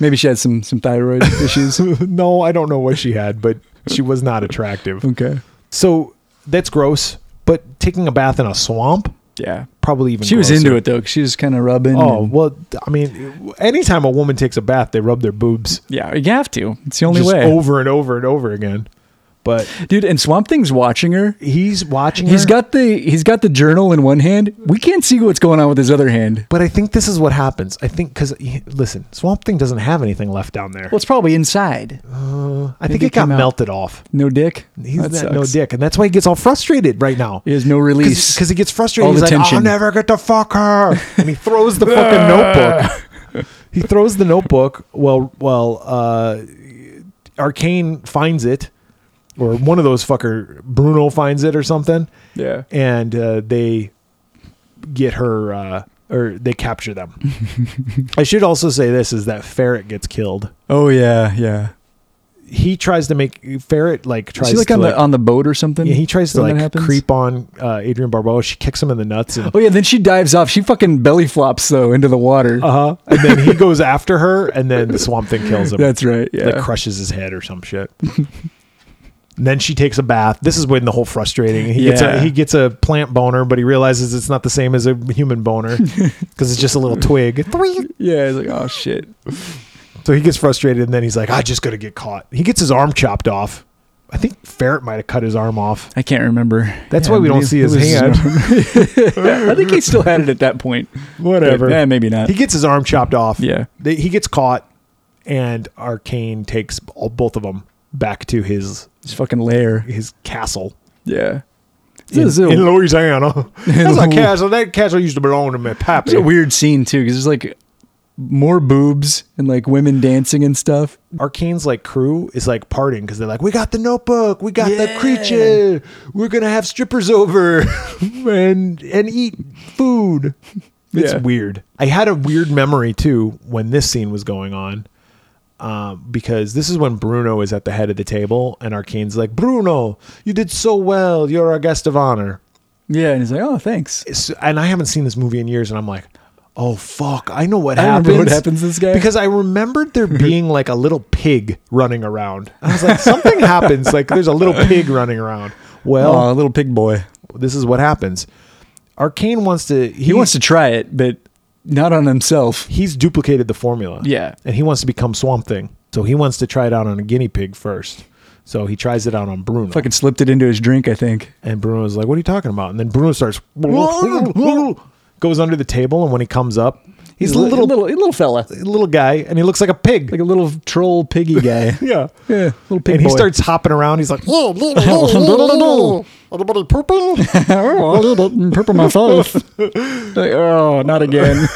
S1: Maybe she had some some
S2: <laughs>
S1: thyroid issues.
S2: no, I don't know what she had, but she was not attractive.
S1: Okay.
S2: So that's gross. But taking a bath in a swamp
S1: Yeah.
S2: probably even
S1: She was
S2: grosser.
S1: into it though. 'cause She was kind of rubbing.
S2: Oh
S1: and-
S2: well, I mean, anytime a woman takes a bath, they rub their boobs
S1: yeah. You have to. It's the only
S2: just
S1: way,
S2: over and over and over again. But
S1: dude. And Swamp Thing's watching her.
S2: he's watching.
S1: He's
S2: her,
S1: got the he's got the journal in one hand. We can't see what's going on with his other hand.
S2: But I think this is what happens. I think because listen, Swamp Thing doesn't have anything left down there.
S1: Well, it's probably inside.
S2: I think
S1: it
S2: it got
S1: came out.
S2: melted off.
S1: No dick.
S2: He's
S1: That
S2: that no
S1: sucks.
S2: dick, and that's why he gets all frustrated right now.
S1: He has no release.
S2: because he gets frustrated.
S1: All
S2: He's
S1: the
S2: like,
S1: tension.
S2: "I'll never get to fuck her," and he throws
S1: <laughs>
S2: the fucking notebook. He throws the notebook. Well, well, uh, Arcane finds it, or one of those fucker Bruno finds it or something,
S1: yeah.
S2: and uh, they get her uh, or they
S1: <laughs>
S2: capture them. I should also say this is that Ferret gets killed.
S1: Oh yeah, yeah.
S2: He tries to make Ferret like
S1: Is
S2: tries
S1: he like
S2: to
S1: on
S2: like,
S1: the on the boat or something?
S2: Yeah, he tries to
S1: When that
S2: like
S1: happens?
S2: creep on uh, Adrian Barbeau. She kicks him in the
S1: <laughs>
S2: nuts. And,
S1: Oh yeah, then she dives off. She fucking belly flops though into the water.
S2: uh-huh. <laughs> and then he goes after her, and then the swamp thing kills him.
S1: That's right. Yeah.
S2: Like crushes his head or
S1: <laughs>
S2: some shit. And then she takes a bath. This is when the whole frustrating. He gets
S1: Yeah.
S2: a he gets a plant boner, but he realizes it's not the same as a
S1: <laughs>
S2: human boner because it's just a little twig.
S1: yeah. He's like, oh shit.
S2: So he gets frustrated, and then he's like, "I just gotta get caught." He gets his arm chopped off. I think Ferret might have cut his arm off.
S1: I can't remember.
S2: That's
S1: Yeah,
S2: why we
S1: but
S2: don't
S1: he-
S2: see
S1: it was-
S2: his hand.
S1: <laughs> I think he still had it at that point.
S2: Whatever.
S1: Yeah, maybe not.
S2: He gets his arm chopped off.
S1: Yeah.
S2: They, he gets caught, and Arcane takes all, both of them back to his
S1: His fucking lair.
S2: his castle
S1: Yeah. This
S2: in,
S1: is a-
S2: in Louisiana. <laughs> That's
S1: <laughs>
S2: a
S1: Lou-
S2: castle. That castle used to belong to my
S1: It's a
S2: pappy.
S1: weird scene too, because there's like more boobs and like women dancing and stuff.
S2: Arcane's like crew is like partying because they're like, we got the notebook, we got
S1: Yeah.
S2: the creature, we're gonna have strippers over <laughs> and and eat food. It's
S1: Yeah.
S2: weird. I had a weird memory too when this scene was going on. Um, because this is when Bruno is at the head of the table and Arcane's like, Bruno, you did so well. You're our guest of honor.
S1: Yeah, and he's like, "Oh, thanks."
S2: It's- and I haven't seen this movie in years, and I'm like, oh fuck, I know what
S1: I
S2: happens.
S1: remember what happens to this guy.
S2: because I remembered
S1: <laughs>
S2: there being like a little pig running around. I was like,
S1: <laughs>
S2: something happens. Like there's a little pig running around. Well,
S1: Oh, little pig boy.
S2: this is what happens. Arcane wants to.
S1: He wants to try it, but not on himself.
S2: He's duplicated the formula.
S1: Yeah.
S2: and he wants to become Swamp Thing. So he wants to try it out on a guinea pig first. So he tries it out on Bruno.
S1: Fucking slipped it into his drink, I think.
S2: And Bruno's like, "What are you talking about?" And then
S1: <laughs>
S2: Bruno starts goes under the table, and when he comes up, he's, a little, little
S1: little, little fella,
S2: little guy, and he looks like a pig.
S1: like a little troll
S2: <laughs>
S1: piggy guy.
S2: yeah,
S1: yeah, little pig
S2: and
S1: boy. <laughs>
S2: he starts hopping around. He's like,
S3: Anybody pooping?
S1: <laughs>
S2: <laughs>
S1: oh, purple my face. like, oh, not again.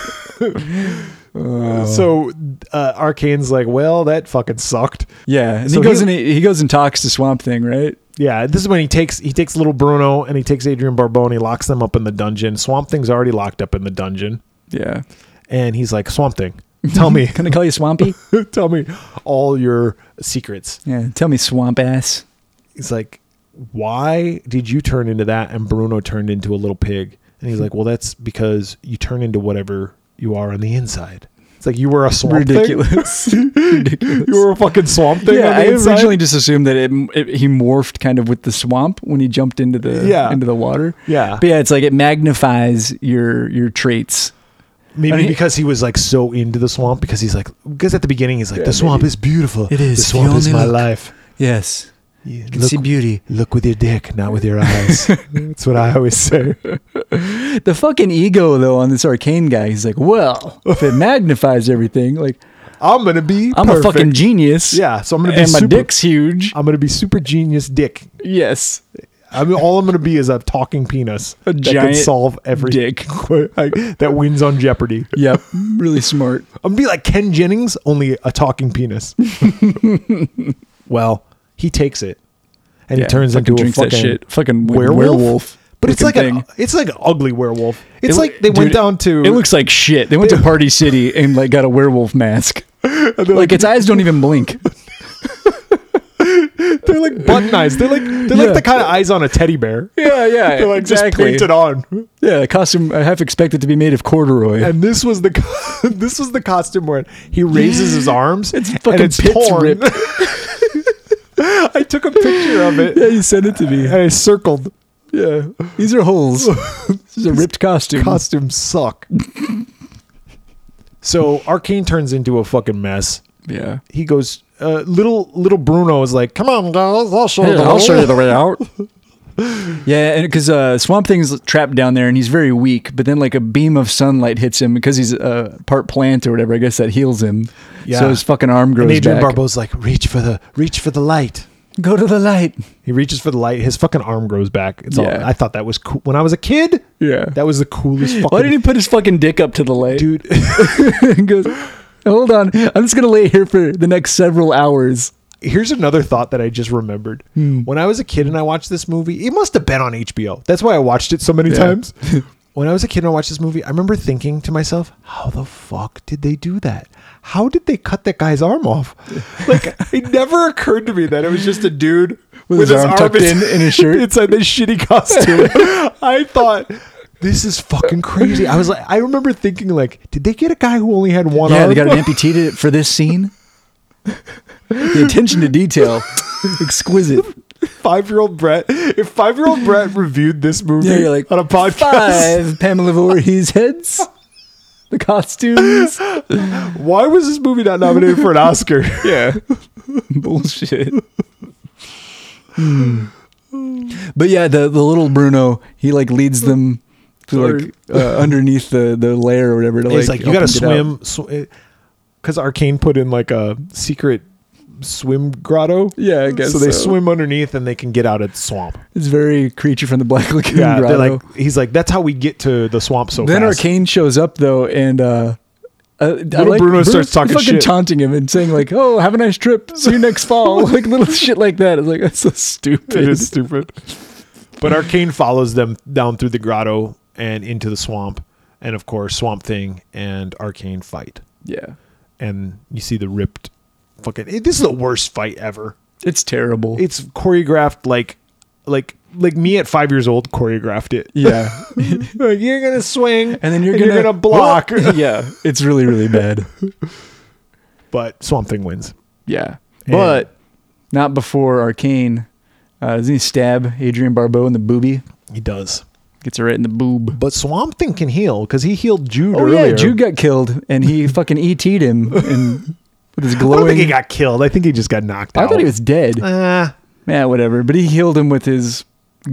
S1: <laughs>
S2: So uh, Arcane's like, well, that fucking sucked.
S1: Yeah, and
S2: So
S1: he goes
S2: he-
S1: and he, he goes and talks to Swamp Thing, right?
S2: Yeah, this is when he takes he takes little Bruno and he takes Adrian Barbeau and he locks them up in the dungeon. Swamp Thing's already locked up in the dungeon,
S1: Yeah.
S2: and he's like, Swamp Thing, tell me, <laughs>
S1: Can I call you Swampy?
S2: tell me all your secrets.
S1: yeah. Tell me, Swamp Ass.
S2: He's like, why did you turn into that and Bruno turned into a little pig? And <laughs> he's like, well, that's because you turn into whatever you are on the inside. It's like you were a swamp thing.
S1: Ridiculous. <laughs> Ridiculous.
S2: You were a fucking swamp thing.
S1: yeah,
S2: on the
S1: I
S2: inside?
S1: originally just assumed that it, it, he morphed kind of with the swamp when he jumped into the
S2: Yeah.
S1: into the water.
S2: Yeah.
S1: but yeah, it's like it magnifies your your traits.
S2: Maybe
S1: I mean-
S2: because he was like so into the swamp because he's like because at the beginning he's like the swamp is beautiful.
S1: It is.
S2: The
S1: If you
S2: swamp is
S1: only
S2: my
S1: look."
S2: life.
S1: Yes,
S2: You
S1: can see beauty.
S2: Look with your dick, not with your <laughs> eyes. That's what I always say.
S1: The fucking ego though on this arcane guy, he's like, well, if
S2: <laughs>
S1: it magnifies everything, like
S2: I'm gonna be.
S1: I'm a
S2: perfect.
S1: fucking genius.
S2: Yeah, so I'm gonna be
S1: and my
S2: super,
S1: dick's huge.
S2: I'm gonna be super genius dick.
S1: yes,
S2: I'm all I'm gonna be is a talking penis
S1: A
S2: that
S1: giant
S2: can solve every
S1: dick.
S2: <laughs> like, that wins on Jeopardy.
S1: yep, really smart.
S2: I'm gonna be like Ken Jennings, only a
S1: <laughs>
S2: talking penis. well, he takes it, and
S1: Yeah,
S2: he turns
S1: fucking
S2: into a
S1: drinks
S2: fucking
S1: that shit. Fucking
S2: werewolf.
S1: werewolf. werewolf
S2: But it's like
S1: looking
S2: an it's like an ugly werewolf.
S1: It
S2: It's
S1: loo-
S2: like they went
S1: dude,
S2: down to
S1: It looks like shit. They went to Party City and like got a werewolf <laughs> mask. like its eyes don't even blink.
S2: <laughs> they're like button eyes. They're like they're
S1: Yeah.
S2: like the kind of eyes on a teddy bear.
S1: <laughs> Yeah, yeah,
S2: They're like just painted on.
S1: Yeah, the costume I half expected to be made of corduroy.
S2: And this was the co- <laughs> this was the costume where he raises his arms.
S1: It's fucking pits ripped.
S2: <laughs> I took a picture
S1: <laughs>
S2: of
S1: yeah,
S2: it
S1: you sent it to me.
S2: and I circled.
S1: Yeah, these are <laughs> holes. this is a ripped costume.
S2: Costumes suck. so Arcane turns into a fucking mess.
S1: yeah,
S2: He goes. Uh, little little Bruno is like, come on guys, I'll show you. the way."
S1: the way out. <laughs> Yeah, and because uh, Swamp Thing's trapped down there, and he's very weak. But then, like a beam of sunlight hits him because he's uh, part plant or whatever. I guess that heals him.
S2: Yeah.
S1: So his fucking arm grows
S2: And Adrian
S1: back.
S2: Barbeau's like, reach for the reach for the light.
S1: Go to the light.
S2: He reaches for the light. His fucking arm grows back. It's all.
S1: Yeah.
S2: I thought that was cool when I was a kid.
S1: Yeah.
S2: That was the coolest fucking.
S1: Why did he put his fucking dick up to the light?
S2: dude?
S1: <laughs> and goes, Hold on, I'm just gonna lay here for the next several hours.
S2: Here's another thought that I just remembered.
S1: Hmm.
S2: When I was a kid and I watched this movie, it must have been on HBO. That's why I watched it so many
S1: Yeah. <laughs>
S2: times. when I was a kid and I watched this movie, I remember thinking to myself, "How the fuck did they do that? How did they cut that guy's
S1: <laughs>
S2: arm off?" like it never occurred to me that it was just a dude
S1: With his arm tucked in in his shirt.
S2: <laughs> inside this shitty
S1: <laughs>
S2: costume. I thought. This is fucking crazy. I was like, I remember thinking, like, did they get a guy who only had one
S1: Yeah,
S2: arm?
S1: they <laughs> got an amputated it for this scene. the attention to <laughs> detail, exquisite.
S2: five year old Brett. If five year old
S1: <laughs>
S2: Brett reviewed this movie
S1: Yeah, you're like
S2: on a podcast,
S1: Five <laughs> Pamela Voorhees heads. The costumes.
S2: why was this movie not nominated for an <laughs> Oscar?
S1: Yeah. <laughs> Bullshit. <sighs> But yeah, the, the little Bruno, he like leads them to like uh, underneath the, the lair or whatever. To,
S2: He's like, you gotta
S1: open it up."
S2: swim, because Arcane put in like a secret swim grotto.
S1: Yeah, I guess
S2: so. They
S1: so.
S2: swim underneath and they can get out of the swamp.
S1: It's very creature from the Black <laughs> Lagoon. <laughs>
S2: Yeah,
S1: grotto.
S2: they're like he's like that's how we get to the swamp so
S1: then
S2: fast.
S1: Arcane shows up though, and uh, uh, I
S2: Bruno starts talking
S1: fucking
S2: shit.
S1: taunting him and saying like, "Oh, have a nice trip. See you next
S2: <laughs>
S1: fall." like little shit like that. It's like that's so stupid.
S2: <laughs> it is stupid. But Arcane follows them down through the grotto and into the swamp, and of course Swamp Thing and Arcane fight.
S1: Yeah,
S2: and you see the ripped fucking it, this is the worst fight ever
S1: it's terrible.
S2: it's choreographed like like like me at five years old choreographed
S1: <laughs>
S2: it
S1: yeah,
S2: Like, you're gonna swing
S1: and then you're
S2: <laughs> and
S1: gonna,
S2: block
S1: yeah, it's really really
S2: <laughs>
S1: bad.
S2: but swamp thing wins
S1: Yeah, but not before Arcane. Uh, doesn't he stab Adrian Barbeau in the boobie?
S2: he does
S1: Gets her right in the boob.
S2: but swamp thing can heal because he healed jude
S1: Oh
S2: earlier
S1: yeah, Jude got killed, and
S2: <laughs>
S1: he fucking et'd him, and with his
S2: i
S1: glowing.
S2: don't think he got killed i think he just got knocked
S1: I
S2: out
S1: thought he was dead.
S2: ah
S1: Yeah, whatever. But he healed him with his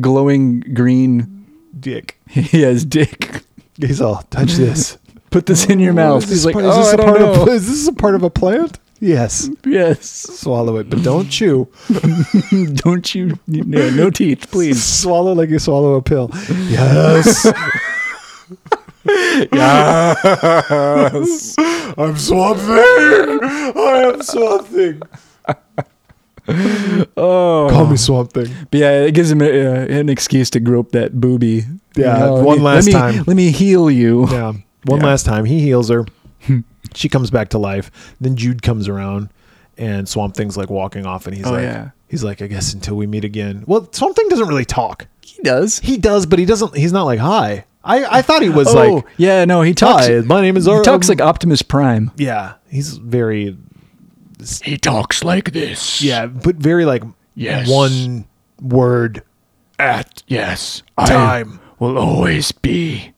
S1: glowing green. <laughs>
S2: dick
S1: He has dick.
S2: he's all
S1: <laughs>
S2: touch this
S1: Put this in your mouth.
S2: Is
S1: He's like,
S2: this part-
S1: oh,
S2: is this
S1: I
S2: a part
S1: don't
S2: of
S1: know.
S2: <laughs> is this a part of a plant yes
S1: Yes.
S2: swallow it but don't chew
S1: Don't you? No, no teeth, please.
S2: <laughs> swallow like you swallow a pill. <laughs> Yes. yes. I'm Swamp Thing. I am Swamp Thing.
S1: Oh,
S2: Call me Swamp Thing.
S1: But yeah, it gives him a, uh, an excuse to grope that booby.
S2: Yeah,
S1: let
S2: one
S1: me- let
S2: last
S1: me,
S2: time.
S1: Let me heal you.
S2: Yeah. One
S1: Yeah. Hmm.
S2: last time, he heals her. she comes back to life. Then Jude comes around, and Swamp Thing's like walking off, and he's
S1: Oh,
S2: like,
S1: yeah.
S2: he's like, I guess until we meet again. Well, Swamp Thing doesn't really talk.
S1: <laughs> He does.
S2: He does, but he doesn't. He's not like hi. I I thought he
S1: oh,
S2: was like
S1: yeah, no, he talks.
S2: hi. My name is.
S1: he
S2: Ar-
S1: talks like Optimus Prime.
S2: yeah. He's very
S1: He talks like this.
S2: yeah, but very like
S1: Yes.
S2: one word at
S1: Yes.
S2: time.
S1: will always be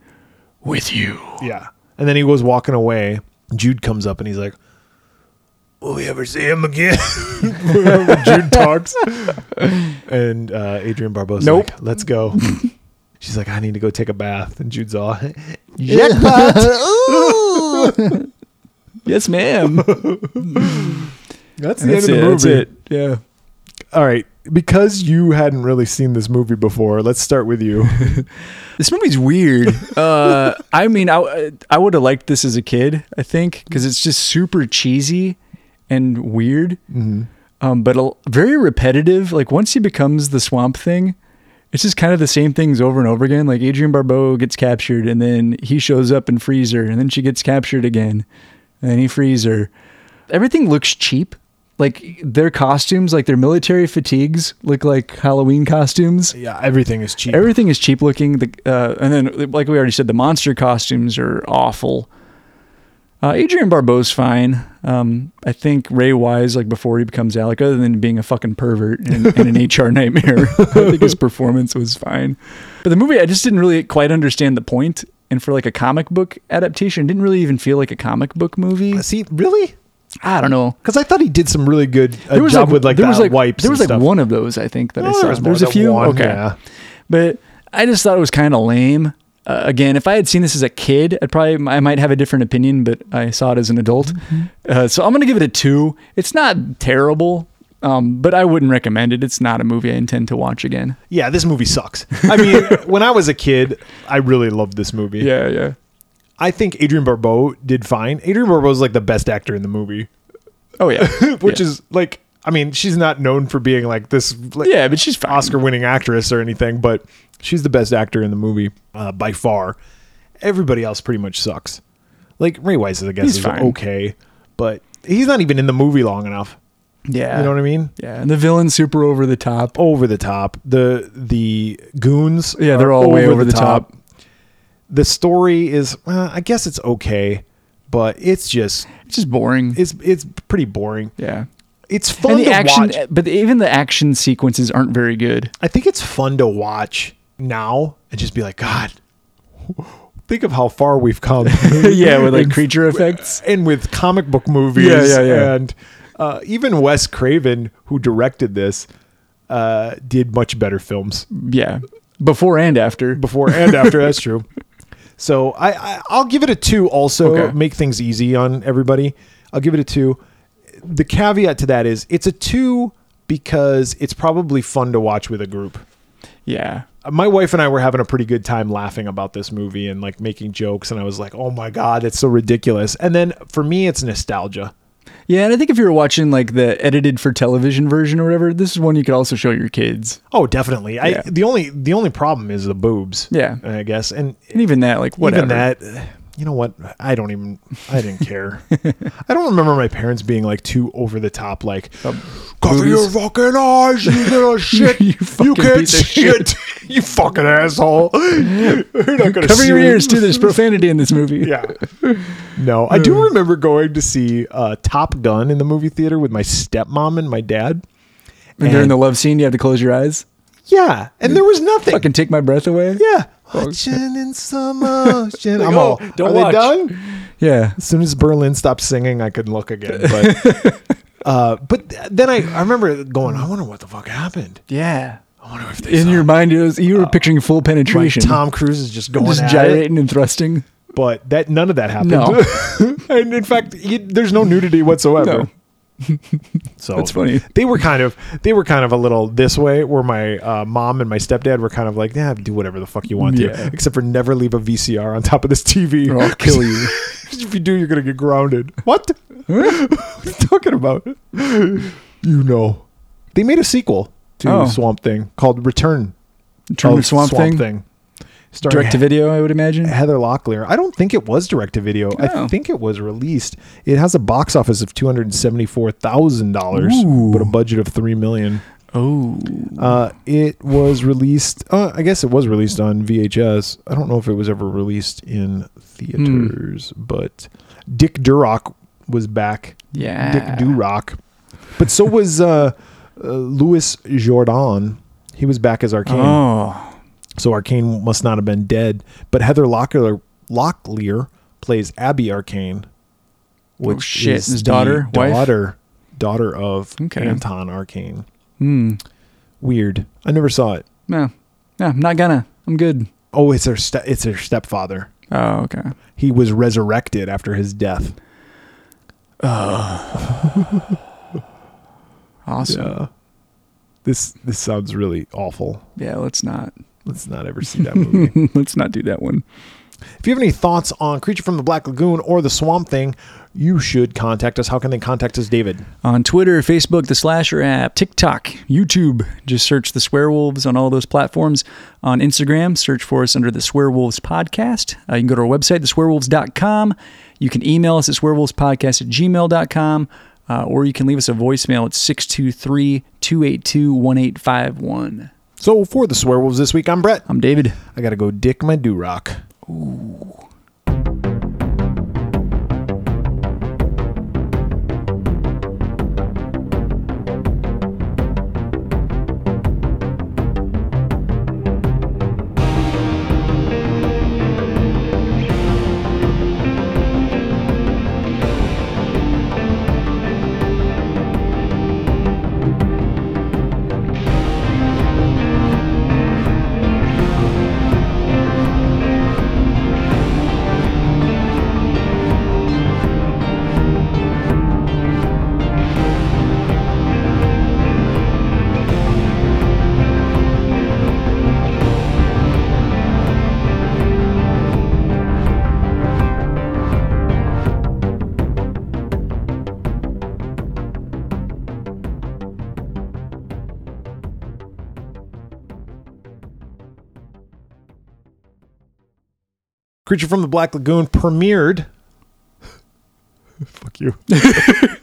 S1: with you.
S2: Yeah. And then he was walking away. Jude comes up and he's like, Will we ever see him again? <laughs>
S1: <laughs>
S2: Jude talks. And uh, Adrian Barbosa,
S1: Nope.
S2: like, let's go. She's like, I need to go take a bath. And Jude's all, <laughs> Jackpot!
S1: Yes, ma'am. <laughs>
S2: That's
S1: that's,
S2: the end
S1: it,
S2: of the movie.
S1: that's it. Yeah.
S2: All right. Because you hadn't really seen this movie before, let's start
S1: <laughs>
S2: with you.
S1: This movie's weird. Uh, I mean, I I would have liked this as a kid. I think because it's just super cheesy and weird, um, but a, very repetitive. Like once he becomes the Swamp Thing, it's just kind of the same things over and over again. Like Adrian Barbeau gets captured, and then he shows up and frees her, and then she gets captured again, and then he frees her. Everything looks cheap. Like their costumes, like their military fatigues, look like Halloween costumes.
S2: yeah, everything is cheap.
S1: Everything is cheap looking. The uh, and then, like we already said, the monster costumes are awful. Uh, Adrian Barbeau's fine. Um, I think Ray Wise, like before he becomes Alec, other than being a fucking pervert and, and an HR nightmare, <laughs> I think his performance was fine. But the movie, I just didn't really quite understand the point. And for like a comic book adaptation, it didn't really even feel like a comic book movie.
S2: see, really?
S1: I don't know.
S2: Because I thought he did some really good uh,
S1: There was
S2: job
S1: like,
S2: with like
S1: there
S2: the
S1: was like
S2: wipes.
S1: There
S2: and
S1: was like
S2: stuff.
S1: one of those I think that I
S2: No,
S1: saw.
S2: there was
S1: There
S2: more
S1: was a
S2: than
S1: few.
S2: one,
S1: okay,
S2: yeah.
S1: but I just thought it was kind of lame. Uh, again, if I had seen this as a kid, I'd probably I might have a different opinion, but I saw it as an adult,
S2: Mm-hmm.
S1: uh, so I'm gonna give it a two. It's not terrible, um, but I wouldn't recommend it. It's not a movie I intend to watch again.
S2: Yeah, this movie sucks. I mean, <laughs> when I was a kid, I really loved this movie.
S1: Yeah, yeah.
S2: I think Adrian Barbeau did fine. Adrian Barbeau is like the best actor in the movie, <laughs>
S1: Oh yeah,
S2: which
S1: yeah.
S2: is like, I mean, she's not known for being like this like,
S1: yeah, but she's fine.
S2: Oscar winning actress or anything, but she's the best actor in the movie uh, by far. Everybody else pretty much sucks. Like Ray Wise, I guess,
S1: He's
S2: is
S1: fine.
S2: okay, but he's not even in the movie long enough.
S1: Yeah,
S2: You know what I mean?
S1: yeah, and the villain's super over the top.
S2: over the top. The the goons,
S1: Yeah, they're
S2: are
S1: all way over the top.
S2: The story is, uh, I guess it's okay, but it's just
S1: It's just boring.
S2: it's it's pretty boring.
S1: yeah,
S2: It's fun
S1: and the
S2: to
S1: action,
S2: watch.
S1: but even the action sequences aren't very
S2: <laughs>
S1: good. <laughs>
S2: I think it's fun to watch now and just be like, God, think of how far we've come.
S1: <laughs> yeah, with like
S2: <laughs>
S1: creature effects.
S2: and with comic book movies.
S1: Yeah, yeah, yeah.
S2: And uh, even Wes Craven, who directed this, uh, did much better films.
S1: Yeah, before and after.
S2: before and after.
S1: <laughs>
S2: That's true. So I, I I'll give it a two. Also,
S1: Okay.
S2: make things easy on everybody. I'll give it a two. The caveat to that is it's a two because it's probably fun to watch with a group.
S1: Yeah,
S2: Uh, My wife and I were having a pretty good time laughing about this movie and like making jokes, and I was like, "Oh my god, that's so ridiculous!" And then for me, it's nostalgia.
S1: yeah, and I think if you were watching like the edited for television version or whatever, this is one you could also show your kids.
S2: Oh, definitely.
S1: Yeah.
S2: I the only the only problem is the boobs.
S1: Yeah.
S2: I guess, and
S1: And even that, like whatever.
S2: Even that, eh, you know what? I don't even. I
S1: <laughs>
S2: didn't care. I don't remember my parents being like too over the top. Like, cover your
S1: movies?
S2: fucking eyes, you little shit.
S1: <laughs> You
S2: you,
S1: fucking
S2: can't
S1: piece of
S2: see
S1: shit."
S2: it. <laughs> you fucking asshole. <laughs> You're not
S1: Cover
S2: gonna see
S1: your
S2: it."
S1: ears
S2: <laughs>
S1: too. There's profanity in this movie.
S2: Yeah. <laughs> No, I do remember going to see uh, Top Gun in the movie theater with my stepmom and my dad.
S1: And during the love scene, you have to close your eyes.
S2: yeah, and there was nothing.
S1: Fucking take my breath away.
S2: yeah. Watching in some ocean. I'm
S1: oh,
S2: all,
S1: don't
S2: are
S1: watch."
S2: they done?
S1: Yeah.
S2: as soon as Berlin stopped singing, I could look again. But uh, but th- then I, I remember going, I wonder what the fuck happened.
S1: Yeah.
S2: I wonder if they
S1: In
S2: saw
S1: your mind, it was, you were picturing full
S2: like,
S1: penetration,
S2: Tom Cruise is just going
S1: just
S2: at it.
S1: gyrating and thrusting.
S2: But that none of that happened.
S1: No.
S2: <laughs> and in fact, you, there's no nudity whatsoever. <laughs> So
S1: That's funny.
S2: They were kind of they were kind of a little this way, where my uh, mom and my stepdad were kind of like, yeah, do whatever the fuck you want
S1: Yeah. <laughs>
S2: <laughs> to, except for never leave a VCR on top of this TV.
S1: Or I'll kill you.
S2: if you do, you're gonna get grounded.
S1: <laughs>
S2: What? what are you talking about? You know, they made a sequel to
S1: Oh.
S2: Swamp Thing called Return
S1: Turn
S2: of
S1: to Swamp, Thing,
S2: starring
S1: direct to video, I would imagine.
S2: Heather Locklear. I don't think it was direct to video. I
S1: Oh.
S2: think it was released. It has a box office of two hundred seventy four thousand dollars,
S1: Ooh.
S2: but a budget of three million.
S1: Oh,
S2: Uh, it was released. Uh, I guess it was released on VHS. I don't know if it was ever released in theaters, but Dick Durock was back.
S1: yeah.
S2: Dick Durock, but so was uh, uh, Louis Jordan. He was back as Arcane.
S1: Oh,
S2: So Arcane must not have been dead. But Heather Locklear, Locklear plays Abby Arcane, which
S1: Oh, shit.
S2: is
S1: His
S2: the
S1: daughter? Wife?
S2: daughter, daughter of
S1: Okay.
S2: Anton Arcane.
S1: hmm.
S2: Weird. I never saw it.
S1: No, no, I'm not gonna. I'm good.
S2: Oh, it's her. Ste- it's her stepfather.
S1: Oh, okay.
S2: He was resurrected after his death.
S1: Awesome. Yeah,
S2: Yeah. This this sounds really awful.
S1: let's not. <laughs>
S2: Let's not ever see that movie.
S1: let's not do that one.
S2: If you have any thoughts on Creature from the Black Lagoon or the Swamp Thing, you should contact us. How can they contact us, David?
S1: On Twitter, Facebook, the Slasher app, TikTok, YouTube, just search the Swearwolves on all those platforms. On Instagram, search for us under the Swearwolves Podcast. Uh, you can go to our website, theswearwolves.com. You can email us at swearwolvespodcast at gmail.com, uh, or you can leave us a voicemail at 623 282 1851.
S2: So for the Swearwolves this week, I'm Brett.
S1: I'm David.
S2: I gotta go dick my do rock. Creature from the Black Lagoon premiered. <laughs> Fuck you.